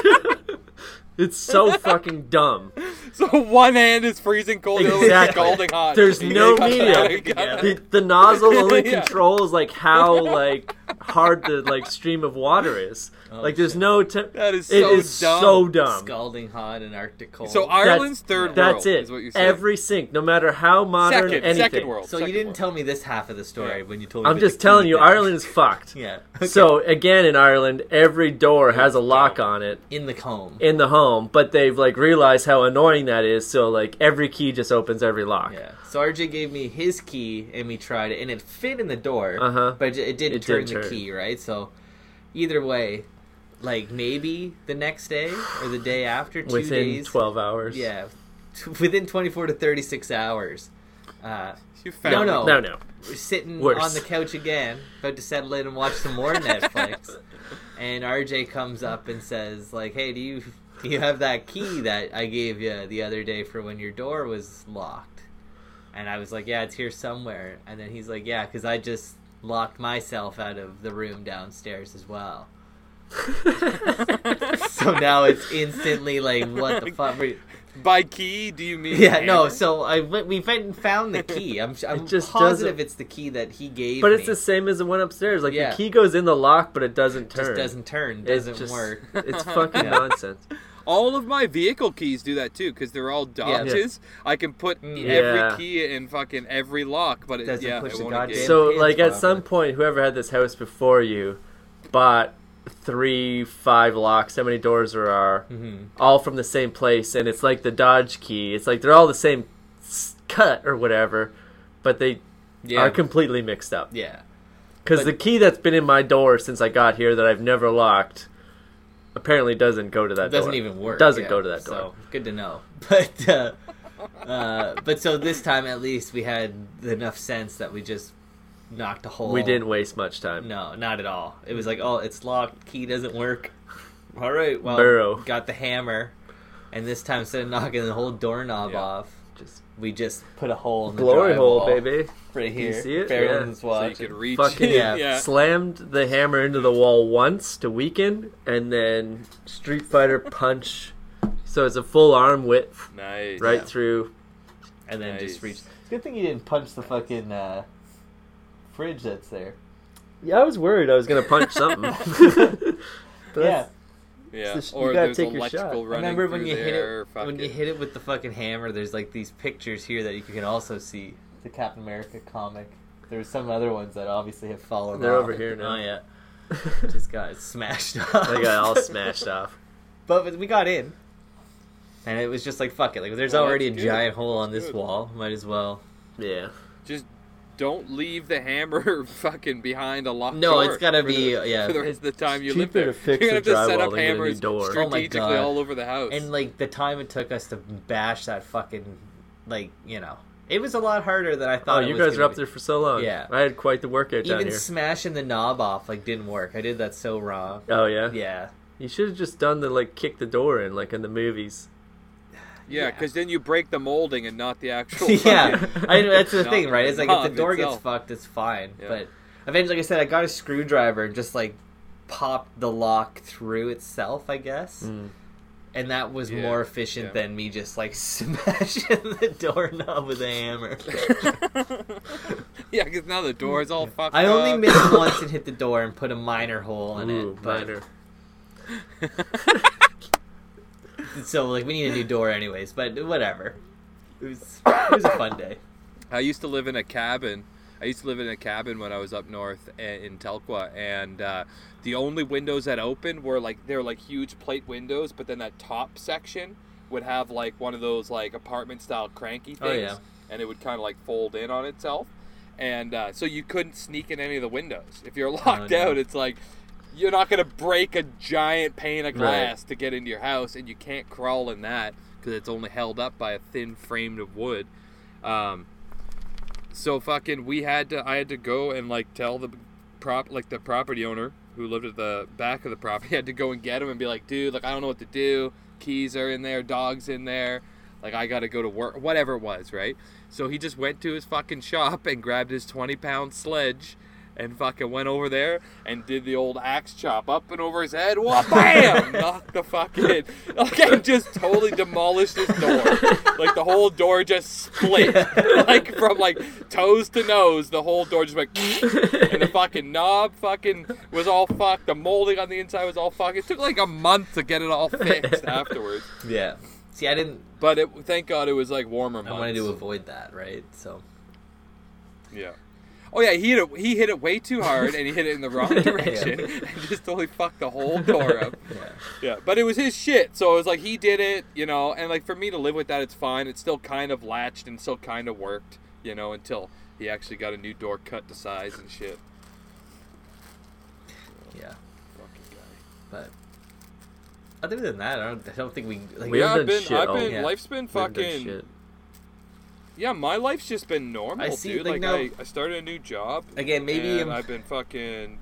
B: it's so fucking dumb.
D: So one hand is freezing cold, the other is
B: Exactly.
D: scalding hot.
B: There's no
D: medium.
B: medium. The, the nozzle only
D: Yeah.
B: controls like how like hard the like stream of water is.
C: Oh,
B: like there's
C: shit.
B: no temp.
D: That is
B: it
D: so
B: is
D: dumb.
B: so dumb.
C: scalding hot and Arctic cold.
D: So Ireland's third
B: That's
D: world
B: it.
D: is what you said.
B: Every sink, no matter how modern
D: second,
B: anything.
D: second world.
C: So you
D: second
C: didn't
D: world.
C: tell me this half of the story
D: Yeah.
C: when you told me.
B: I'm
C: about the
B: just telling
C: key
B: you,
C: thing.
B: Ireland is fucked.
C: Yeah.
B: So again, in Ireland, every door has a lock on it
C: in the comb.
B: in the home, but they've like realized how annoying that is. So like every key just opens every lock.
C: yeah. So RJ gave me his key and we tried it and it fit in the door,
B: Uh-huh.
C: but it didn't
B: It
C: turn
B: didn't
C: the
B: turn.
C: key, right? So either way, like maybe the next day or the day after, two
B: Within
C: days,
B: 12 hours.
C: yeah, t- within 24 to 36 hours. Uh,
D: You found
C: No, no.
D: it.
B: No, no.
C: we're sitting
B: Worse.
C: on the couch again, about to settle in and watch some more Netflix. and RJ comes up and says, "Like, hey, do you do you have that key that I gave you the other day for when your door was locked?" And I was like, "Yeah, it's here somewhere." And then he's like, "Yeah, because I just locked myself out of the room downstairs as well." so now it's instantly like, "What the fuck?" Were you-
D: By key, do you mean?
C: Yeah, no.
D: hammer?
C: So I went, we went and found the key. I'm, I'm
B: just
C: positive
B: doesn't-
C: it's the key that he gave.
B: But it's
C: me.
B: the same as the one upstairs. Like
C: Yeah.
B: the key goes in the lock, but it doesn't turn.
C: just doesn't turn,
B: It's
C: doesn't
B: just-
C: work.
B: It's fucking
C: Yeah.
B: nonsense.
D: All of my vehicle keys do that too, because they're all dodges. I can put
C: Mm.
B: Yeah.
D: every key in fucking every lock, but it
C: Doesn't
D: yeah,
C: push
D: it
C: the
D: won't
C: goddamn-
D: engage.
B: so
C: pins
B: like at some
C: properly.
B: point whoever had this house before you bought three five locks how many doors there are
C: Mm-hmm.
B: all from the same place and it's like the dodge key it's like they're all the same s- cut or whatever but they
C: Yeah.
B: are completely mixed up
C: yeah.
B: because
C: but-
B: the key that's been in my door since i got here that i've never locked apparently doesn't go to that
C: It doesn't
B: door.
C: even work.
B: doesn't
C: yeah.
B: go to that door
C: So good to know. But uh, uh, but so this time at least we had enough sense that we just knocked a hole.
B: we didn't waste much time
C: No, not at all. It was like, oh, it's locked. Key doesn't work. All right. Well,
B: Burrow.
C: got the hammer, and this time instead of knocking the whole doorknob
D: Yeah.
C: off,
B: just
C: we just put a hole in the
B: glory hole
C: drywall
B: baby
C: right
B: you
C: here.
B: see it?
C: If
B: Yeah.
C: Everyone's
D: so you
C: watching.
D: could reach.
B: fucking
C: Yeah.
B: slammed the hammer into the wall once to weaken, and then Street Fighter punch. So it's a full arm width
D: Nice.
B: right through.
C: and then
D: Nice.
C: just reach. Good thing you didn't punch the fucking uh, fridge that's there.
B: Yeah, I was worried I was gonna punch something. But
C: Yeah,
B: that's-
D: Yeah.
B: It's the sh- you
D: or
B: gotta
D: there's
B: take your
D: electrical
B: shot.
D: running
C: remember when
D: through
C: you hit
D: there,
C: it
D: fuck
C: when you hit it with the fucking hammer? There's like these pictures here that you can also see the Captain America comic. There's some other ones that obviously have fallen.
B: They're
C: off.
B: over here now.
C: Oh yeah, just got smashed up.
B: I got all smashed off.
C: but we got in, and it was just like fuck it. Like there's
D: Well,
C: already a
D: Oh, that's good.
C: giant hole on
D: That's
C: this
D: good.
C: wall. Might as well.
B: Yeah,
D: Just don't leave the hammer fucking behind a locked
C: No,
D: door.
C: it's gotta
D: for
C: be-
D: the,
C: yeah.
D: for the rest of the time you live
B: cheaper
D: there.
B: to fix
D: You're gonna have
B: the
D: to set
B: drywall
D: up
B: than get a new
D: hammers
B: door. Oh my
D: strategically
C: God.
D: all over the house.
C: And like the time it took us to bash that fucking, like you know, it was a lot harder than I
B: Oh,
C: thought. it
B: you
C: was
B: guys were
C: gonna
B: up
C: be.
B: there for so long.
C: Yeah.
B: I had quite the workout down
C: Even
B: here.
C: smashing the knob off like didn't work. I did that so wrong.
B: Oh yeah,
C: Yeah.
B: You should have just done the like kick the door in like in the movies.
D: yeah,
C: yeah.
D: because then you break the molding and not the actual.
C: yeah,
D: fucking-
C: I know that's the
D: Not
C: thing, right? It's like if the
D: knob
C: door gets
D: itself.
C: fucked, it's fine.
D: Yeah.
C: But eventually, like I said, I got a screwdriver and just like popped the lock through itself, I guess. And that was
D: Mm. Yeah,
C: more efficient
D: yeah.
C: than me just like smashing the doorknob with a hammer.
D: yeah, because now the door is all fucked.
C: I only
D: up.
C: missed once and hit the door and put a minor hole in
B: Ooh,
C: it. But,
B: minor.
C: So like we need a new door anyways, but whatever. It was it was a fun day.
D: I used to live in a cabin. I used to live in a cabin when I was up north a- in Telqua, and uh, the only windows that opened were like they were like huge plate windows, but then that top section would have like one of those like apartment style cranky things,
C: Oh, yeah.
D: and it would kind of like fold in on itself, and uh, so you couldn't sneak in any of the windows. If you're locked
C: Oh, no.
D: out, it's like you're not gonna break a giant pane of glass to get into your house, and you can't crawl in that because it's only held up by a thin frame of wood. Um, so fucking we had to I had to go and like tell the prop like the property owner who lived at the back of the property had to go and get him and be like, dude, like I don't know what to do. Keys are in there, dogs in there. Like I gotta go to work, whatever it was, right? So he just went to his fucking shop and grabbed his twenty pound sledge and fucking went over there and did the old axe chop up and over his head. Wha bam! Knocked the fucking like I just totally demolished his door. Like the whole door just split. Like from like toes to nose, the whole door just went and the fucking knob fucking was all fucked. The molding on the inside was all fucked. It took like a month to get it all fixed afterwards.
C: Yeah. See, I didn't.
D: But it, thank God it was like warmer
C: I
D: months.
C: wanted to avoid that, right? So.
D: Yeah. Oh yeah, he hit it. He hit it way too hard, and he hit it in the wrong direction, and just totally fucked the whole door up.
C: Yeah.
D: Yeah, but it was his shit, so it was like he did it, you know. And like for me to live with that, it's fine. It still kind of latched and still kind of worked, you know, until he actually got a new door cut to size and shit.
C: Yeah.
D: Fucking guy.
C: But. Other than that, I don't. I don't think we. Like,
B: We
D: yeah,
B: have
D: I've
B: done
D: been,
B: shit
D: I've
B: all-
D: been,
C: Yeah.
D: life's been
B: We've done
D: fucking.
B: shit.
D: Yeah, my life's just been normal,
C: I see,
D: dude.
C: like,
D: Like,
C: now-
D: I, I started a new job,
C: again, maybe.
D: and
C: i
D: I've been fucking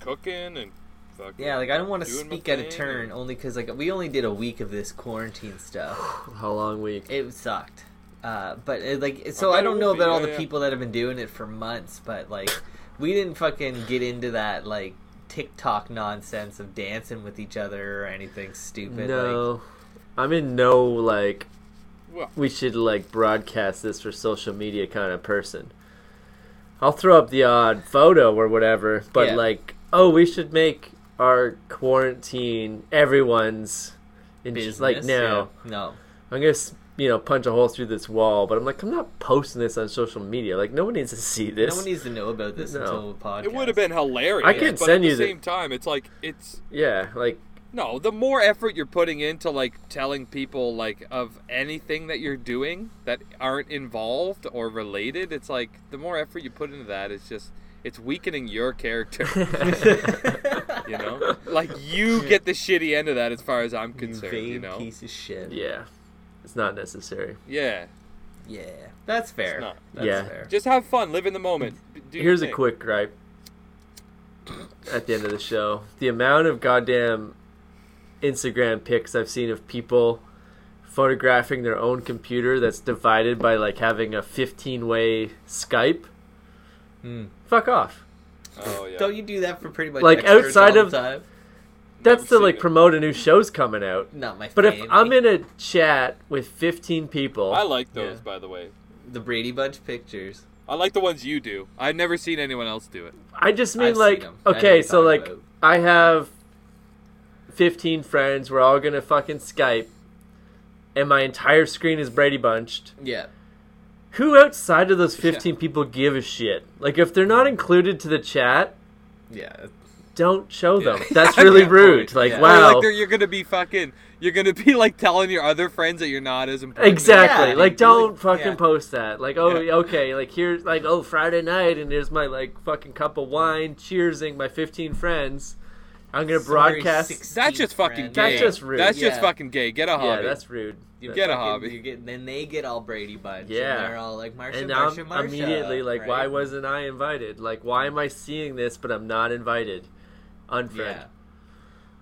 D: cooking and fucking.
C: yeah, like I don't want to
D: doing my
C: speak out of
D: thing
C: turn, only because like we only did a week of this quarantine stuff.
B: How long week?
C: It sucked. Uh, but it, like, so
D: bet
C: I
D: it
C: don't
D: would
C: know
D: be,
C: about all
D: yeah,
C: the
D: yeah.
C: people that have been doing it for months, but like, we didn't fucking get into that like TikTok nonsense of dancing with each other or anything stupid.
B: No, I'm in no like
D: Well,
B: we should like broadcast this for social media kind of person. I'll throw up the odd photo or whatever, but
C: Yeah.
B: like, oh, we should make our quarantine everyone's and
C: Like,
B: just like
C: business,
B: no.
C: yeah. no.
B: I'm gonna s- you know punch a hole through this wall, but I'm like, I'm not posting this on social media. Like, no one needs to see this.
C: No one needs to know about this
B: No.
C: until the podcast.
D: It would have been hilarious.
B: I could
D: but
B: send
D: at
B: you
D: the
B: the-
D: same time, it's like it's
B: yeah, like
D: no. The more effort you're putting into like telling people like of anything that you're doing that aren't involved or related, it's like the more effort you put into that, it's just it's weakening your character. you know, like you get the shitty end of that, as far as I'm
C: You
D: concerned.
C: vain
D: You, know,
C: piece of shit.
B: yeah, it's not necessary.
D: yeah.
C: Yeah. That's fair.
D: It's not.
C: That's
B: Yeah.
C: fair.
D: Just have fun, live in the moment. B- do your
B: Here's a
D: thing.
B: quick gripe at the end of the show. The amount of goddamn Instagram pics I've seen of people photographing their own computer that's divided by like having a 15 way Skype.
C: Hmm.
B: Fuck off.
D: Oh yeah.
C: Don't you do that for pretty much
B: Like,
C: extras
B: outside
C: all
B: of-
C: the time?
B: That's to
D: seen
B: like
D: it.
B: promote a new show's coming out.
C: Not my.
B: But if
C: fave.
B: I'm in a chat with 15 people,
D: I like those,
C: Yeah.
D: by the way.
C: the Brady Bunch pictures,
D: I like the ones you do. I've never seen anyone else do it.
B: I just mean
C: I've seen
B: like
C: them. I know
B: okay,
C: you're
B: so
C: talking
B: like
C: about.
B: I have 15 friends, we're all going to fucking Skype and my entire screen is Brady bunched.
C: yeah.
B: Who outside of those 15 people give a shit? Like if they're not included to the chat,
C: Yeah,
B: don't show
D: Yeah.
B: them. That's
D: I
B: really
D: get
B: rude.
D: point.
B: Like
C: Yeah.
D: Or,
B: wow.
D: Oh, Like they're- you're gonna be fucking. You're gonna be like telling your other friends that you're not as important.
B: Exactly.
C: Yeah,
B: like,
C: dude,
B: don't
C: like-
B: fucking
C: yeah.
B: post that. Like, oh,
D: Yeah.
B: okay. Like, here's like, oh, Friday night, and here's my like fucking cup of wine, cheersing my 15 friends. I'm gonna broadcast.
D: That's just fucking gay.
B: That's just rude.
D: That's just
C: Yeah.
D: fucking gay. Get a
B: yeah,
D: hobby.
B: that's rude.
C: You
B: That-
D: get a
C: fucking-
D: hobby.
C: You get, then they get all Brady Bunch.
B: Yeah.
C: and they're all like Marsha,
B: and now
C: Marsha,
B: I'm
C: Marsha.
B: immediately like,
C: right?
B: why wasn't I invited? Like, why am I seeing this but I'm not invited? Unfriend.
C: Yeah.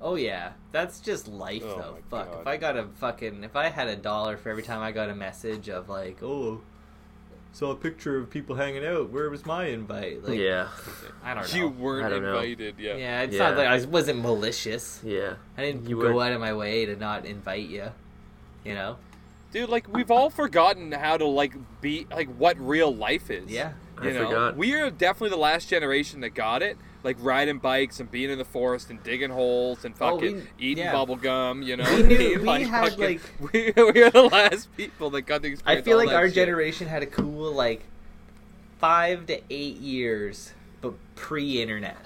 C: Oh yeah, that's just life
D: Oh,
C: though.
D: my
C: Fuck,
D: God.
C: if I got a fucking, if I had a dollar for every time I got a message of like, oh, saw a picture of people hanging out. Where was my invite? Like,
B: yeah,
C: I don't know.
D: you
B: I
D: weren't
B: don't know.
D: invited. Yeah.
C: yeah, it's
B: Yeah.
C: not like I wasn't malicious.
B: yeah.
C: I didn't
B: You
C: go
B: weren't-
C: out of my way to not invite you. You know?
D: Dude, like we've all forgotten how to like be like what real life is.
C: Yeah.
B: I
D: You know,
B: forgot.
D: we are definitely the last generation that got it. Like riding bikes and being in the forest and digging holes and
C: Oh,
D: fucking
C: we-
D: eating
C: yeah.
D: bubble gum. You know,
C: We
D: what I
C: knew-
D: mean?
C: we had,
D: fucking- we, we are the last people that got the
C: I
D: experience.
C: feel
D: all
C: like
D: that
C: our
D: shit.
C: generation had a cool like five to eight years, but pre-internet,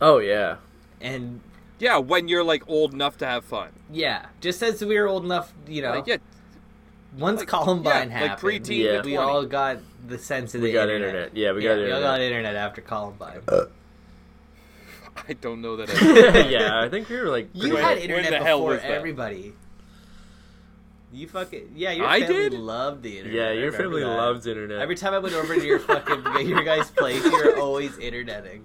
B: Oh yeah.
C: and
D: Yeah, when you're like old enough to have fun.
C: yeah, just as we were old enough, you know,
D: Like, yeah,
C: once
D: like-
C: Columbine
D: yeah, like
C: happened,
D: preteen
B: to
C: we
D: 20.
C: all got the sense of
B: We
C: the
B: got
C: internet.
B: internet. Yeah, we
C: Yeah,
B: got
C: we all
B: internet.
C: got internet after Columbine.
D: I don't know that. I,
B: yeah, I think we were like.
C: You
D: When-
C: had
D: when
C: internet
D: the
C: before
D: hell was that?
C: everybody. You fucking yeah, your
D: I
C: family
D: did?
C: loved the internet.
B: yeah,
C: I
B: your
C: remember
B: family
C: that.
B: loves internet.
C: Every time I went over to your fucking your guys' place, you were always internetting.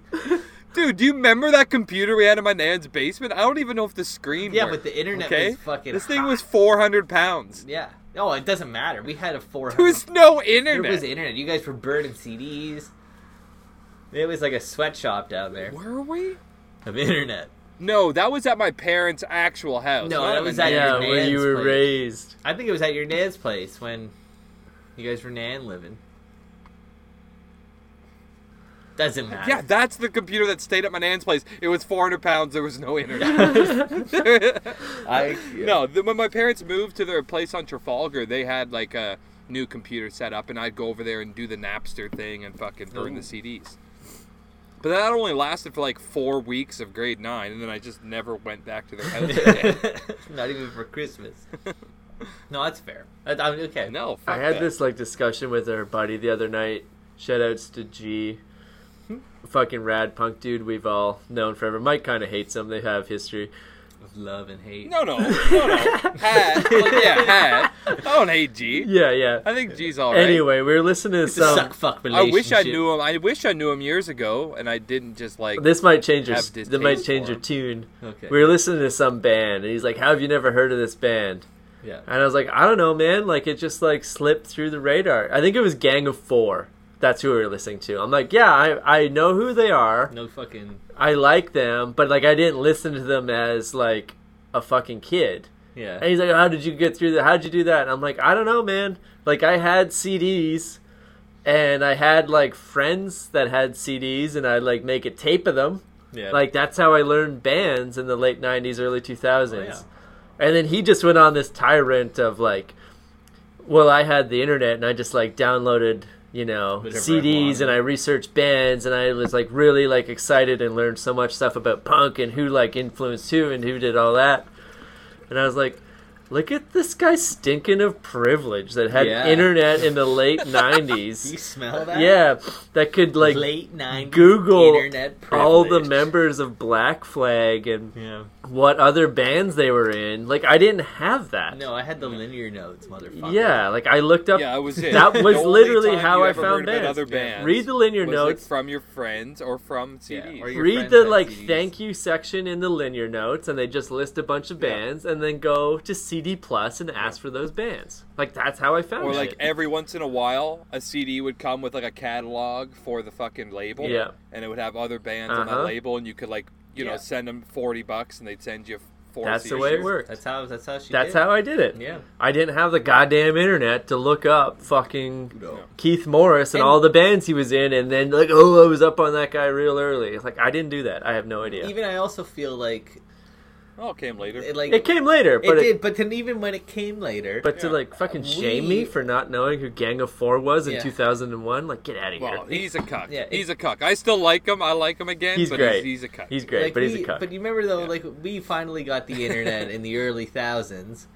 D: dude, do you remember that computer we had in my nan's basement? I don't even know if the screen.
C: Yeah, but
D: worked,
C: the internet
D: okay?
C: was fucking.
D: This thing
C: hot.
D: was 400 pounds.
C: Yeah. Oh, it doesn't matter. We had a four
D: There
C: hundred.
D: was no
C: There
D: internet.
C: was internet. You guys were burning CDs. It was like a sweatshop down there
D: Were we?
C: of internet.
D: No, that was at my parents' actual house.
C: No,
D: Not
C: that
D: my
C: was at
D: nan's.
B: yeah,
C: your
B: where you
C: nan's
B: were
C: place.
B: raised.
C: I think it was at your nan's place when you guys were nan living. Doesn't matter.
D: Yeah, that's the computer that stayed at my nan's place. It was 400 pounds. There was no internet.
C: I,
D: no, th- when my parents moved to their place on Trafalgar, they had like a new computer set up, and I'd go over there and do the Napster thing and fucking burn the CDs. But that only lasted for like four weeks of grade nine, and then I just never went back to their house again.
C: Not even for Christmas. No, that's fair. I, I, okay.
D: no, fuck
B: I had
D: that.
B: this like discussion with our buddy the other night. Shoutouts to G,
C: Hmm?
B: fucking rad punk dude we've all known forever. Mike kind of hates him. They have history.
C: Love and hate.
D: No, no, no, no. Had, like, yeah, had. I don't hate G.
B: Yeah, yeah.
D: I think G's all right.
B: Anyway, we were listening to
C: It's a
B: some.
C: suck fuck
D: I
C: relationship.
D: wish I knew him. I wish I knew him years ago, and I didn't just like.
B: This might change your
D: Have
B: this
D: distaste
B: might change
D: for
B: your
D: him.
B: tune.
C: Okay.
B: We were listening to some band, and he's like, "How have you never heard of this band?"
C: yeah.
B: And I was like, "I don't know, man. Like it just like slipped through the radar. I think it was Gang of Four. That's who we were listening to. I'm like, yeah, I I know who they are.
C: No fucking.
B: I like them, but like I didn't listen to them as like a fucking kid.
C: Yeah.
B: And he's like, "How did you get through that? How'd you do that?" And I'm like, "I don't know, man. Like I had CDs, and I had like friends that had CDs, and I'd like make a tape of them.
C: yeah.
B: Like that's how I learned bands in the late '90s, early 2000s.
C: Oh,
B: And then he just went on this tyrant of like, well, I had the internet and I just like downloaded, you know,
C: Whatever I
B: CDs
C: wanted.
B: and I researched bands and I was like really like excited and learned so much stuff about punk and who like influenced who and who did all that. And I was like, look at this guy stinking of privilege that had
C: Yeah.
B: internet in the late
C: Do you
B: 90s.
C: smell that?
B: Yeah, that could like
C: late nineties
B: Google
C: internet
B: all the
C: privilege.
B: members of Black Flag and
C: Yeah.
B: what other bands they were in. Like I didn't have that.
C: No, I had the linear notes, motherfucker.
B: Yeah, like I looked up.
D: Yeah, I was it.
B: That
D: The
B: was
D: only
B: literally
D: time
B: how
D: you
B: I
D: ever
B: found
D: heard about
B: bands.
D: Other
C: Yeah.
D: bands.
B: read the linear
D: was, like,
B: notes.
D: from your friends or from
C: Yeah,
D: CDs.
C: or your
B: read
C: friends
B: the
C: had
B: like
C: CDs.
B: thank you section in the linear notes, and they just list a bunch of
D: Yeah.
B: bands, and then go to CD Plus and ask for those bands. Like that's how I found.
D: or
B: it.
D: like every once in a while, a CD would come with like a catalog for the fucking label.
B: Yeah.
D: And it would have other bands on
B: Uh-huh.
D: that label, and you could like you
C: Yeah.
D: know send them forty bucks, and they'd send you four.
B: that's the
D: CDs.
B: way it worked.
C: That's how. That's how she.
B: That's
C: did.
B: how I did it.
C: Yeah.
B: I didn't have the goddamn internet to look up fucking
C: No.
B: Keith Morris and,
C: uh, And-
B: all the bands he was in, and then like, oh, I was up on that guy real early. It's Like I didn't do that. I have no idea.
C: Even I also feel like
D: Oh, it came later.
C: it, like
B: it came later,
C: It
B: but it,
C: did, but then even when it came later,
B: but to
D: Yeah.
B: like fucking
C: We-
B: shame me for not knowing who Gang of Four was in
C: Yeah.
B: 2001, like get out of here.
D: well, he's a cuck.
C: Yeah, it-
D: he's a cuck. I still like him. I like him again.
B: he's
D: but
B: great.
D: He's, he's a cuck.
B: He's great,
C: like,
B: but he's
C: we-
B: a cuck.
C: But you remember though,
D: Yeah.
C: like we finally got the internet in the early thousands,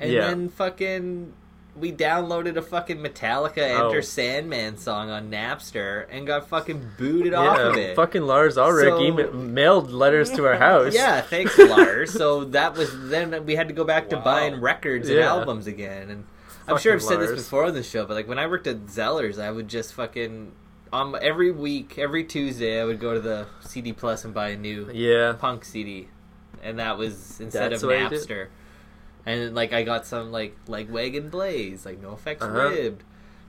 C: and
B: Yeah.
C: then fucking we downloaded a fucking Metallica
B: Oh.
C: Enter Sandman song on Napster and got fucking booted off of
B: yeah,
C: it.
B: fucking Lars Ulrich
C: So-
B: ema- mailed letters to our house.
C: Yeah, thanks, Lars. so that was then we had to go back to
D: Wow.
C: buying records and
B: Yeah.
C: albums again. And I'm sure I've
B: Fucking
C: said this
B: Lars.
C: before on the show, but like when I worked at Zellers, I would just fucking um every week, every Tuesday, I would go to the CD Plus and buy a new
B: yeah.
C: punk CD, and that was instead
B: That's
C: of
B: what I did.
C: Napster. And like I got some like like Wagon Blaze, like No Effects
B: Uh-huh.
C: Ribbed,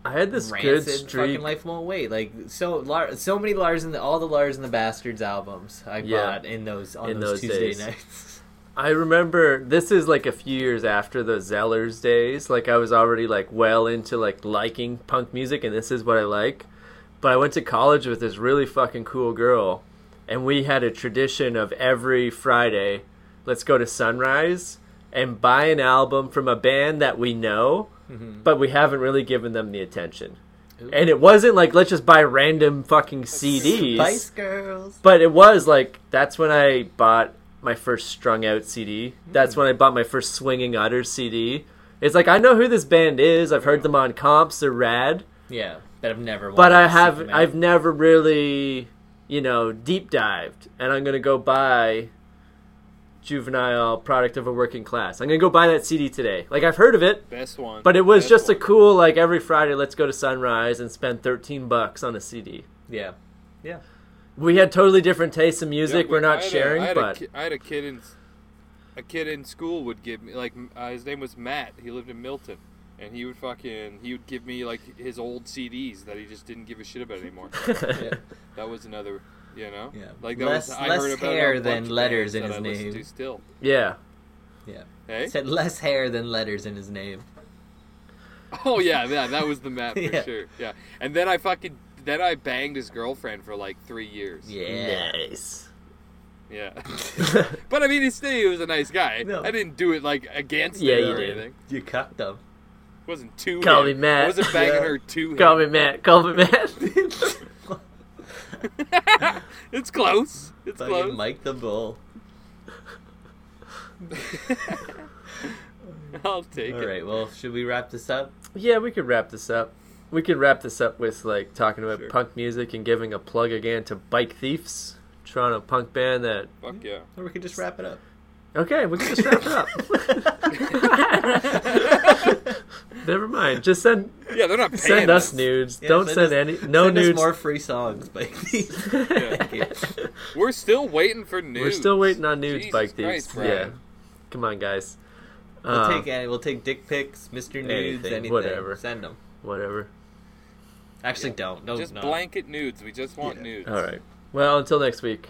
B: I had this good
C: Rancid,
B: streak.
C: fucking Life Won't Wait, like so Lar- so many Lars and the, all the Lars and the Bastards albums I
B: Yeah.
C: bought in those on
B: In
C: those,
B: those
C: Tuesday
B: days.
C: nights.
B: I remember this is like a few years after the Zellers days. Like I was already like well into like liking punk music and this is what I like. But I went to college with this really fucking cool girl and we had a tradition of every Friday, let's go to Sunrise and buy an album from a band that we know, but we haven't really given them the attention.
C: Ooh.
B: And it wasn't like let's just buy random fucking CDs.
C: Spice Girls.
B: But it was like that's when I bought my first strung out CD. That's
D: Hmm.
B: when I bought my first swinging utters CD. It's like I know who this band is. I've heard them on comps. They're rad,
C: Yeah, but I've never.
B: but
C: wanted
B: I
C: to seek
B: have
C: them out.
B: I've never really you know deep dived. And I'm gonna go buy juvenile product of a working class. I'm gonna go buy that CD today. Like I've heard of it,
D: Best one.
B: but it was
D: Best
B: just a
D: one.
B: cool like every Friday. Let's go to Sunrise and spend 13 bucks on a CD.
C: yeah yeah. we
B: We had totally different tastes in
D: Yeah,
B: music.
D: we-
B: We're
D: I
B: not
D: had a-
B: sharing,
D: I had a
B: but
D: ki- I had a kid in a kid in school would give me like uh, his name was Matt. He lived in Milton, and he would fucking he would give me like his old CDs that he just didn't give a shit about anymore. that was another, you know,
C: Yeah.
D: like that
C: Less-
D: was I
C: less
D: heard about a
C: hair
D: bunch
C: than
D: of
C: letters
D: bands
C: in
D: that
C: his
D: I listen
C: name.
D: to Still,
B: Yeah.
C: Yeah.
D: hey,
C: Said less hair than letters in his name.
D: oh yeah, yeah, that was the map for
C: Yeah.
D: sure. Yeah, and then I fucking then I banged his girlfriend for like three years.
C: Yeah.
B: Nice.
D: Yeah. but I mean, he still he was a nice guy.
C: No.
D: I didn't do it like against
B: Yeah,
D: him
B: you
D: or
B: did.
D: anything.
C: You cucked him.
D: wasn't too.
B: Call me
D: I
B: Matt.
D: wasn't banging
C: Yeah.
D: her too.
B: Call me Matt. Call me Matt.
D: it's close. It's
C: Fucking
D: close.
C: Mike the Bull.
D: I'll take
C: All
D: it.
C: right. Well, should we wrap this up?
B: yeah, we could wrap this up. We could wrap this up with like talking about
C: Sure.
B: punk music and giving a plug again to Bike Thieves, Toronto punk band that
D: Fuck yeah.
C: Or we could just wrap it up.
B: Okay, we can just wrap it up. Never mind. Just send
D: Yeah, they're not paying
B: send us nudes.
C: Yeah,
B: Don't send,
C: us-
B: any no
C: send us
B: nudes.
C: more free songs, Mike. Thank you.
D: We're still waiting for news.
B: We're still waiting on nudes,
D: Jesus
B: bike thieves.
D: Christ,
B: yeah,
D: Brian.
B: come on, guys.
C: We'll
B: Uh,
C: take any, we'll take dick pics, Mr. Nudes,
B: anything,
C: anything,
B: whatever.
C: Send them.
B: whatever.
C: Actually, don't. Don't.
D: Just
C: no.
D: blanket nudes. We just want
C: Yeah.
D: nudes.
B: All right. Well, until next week.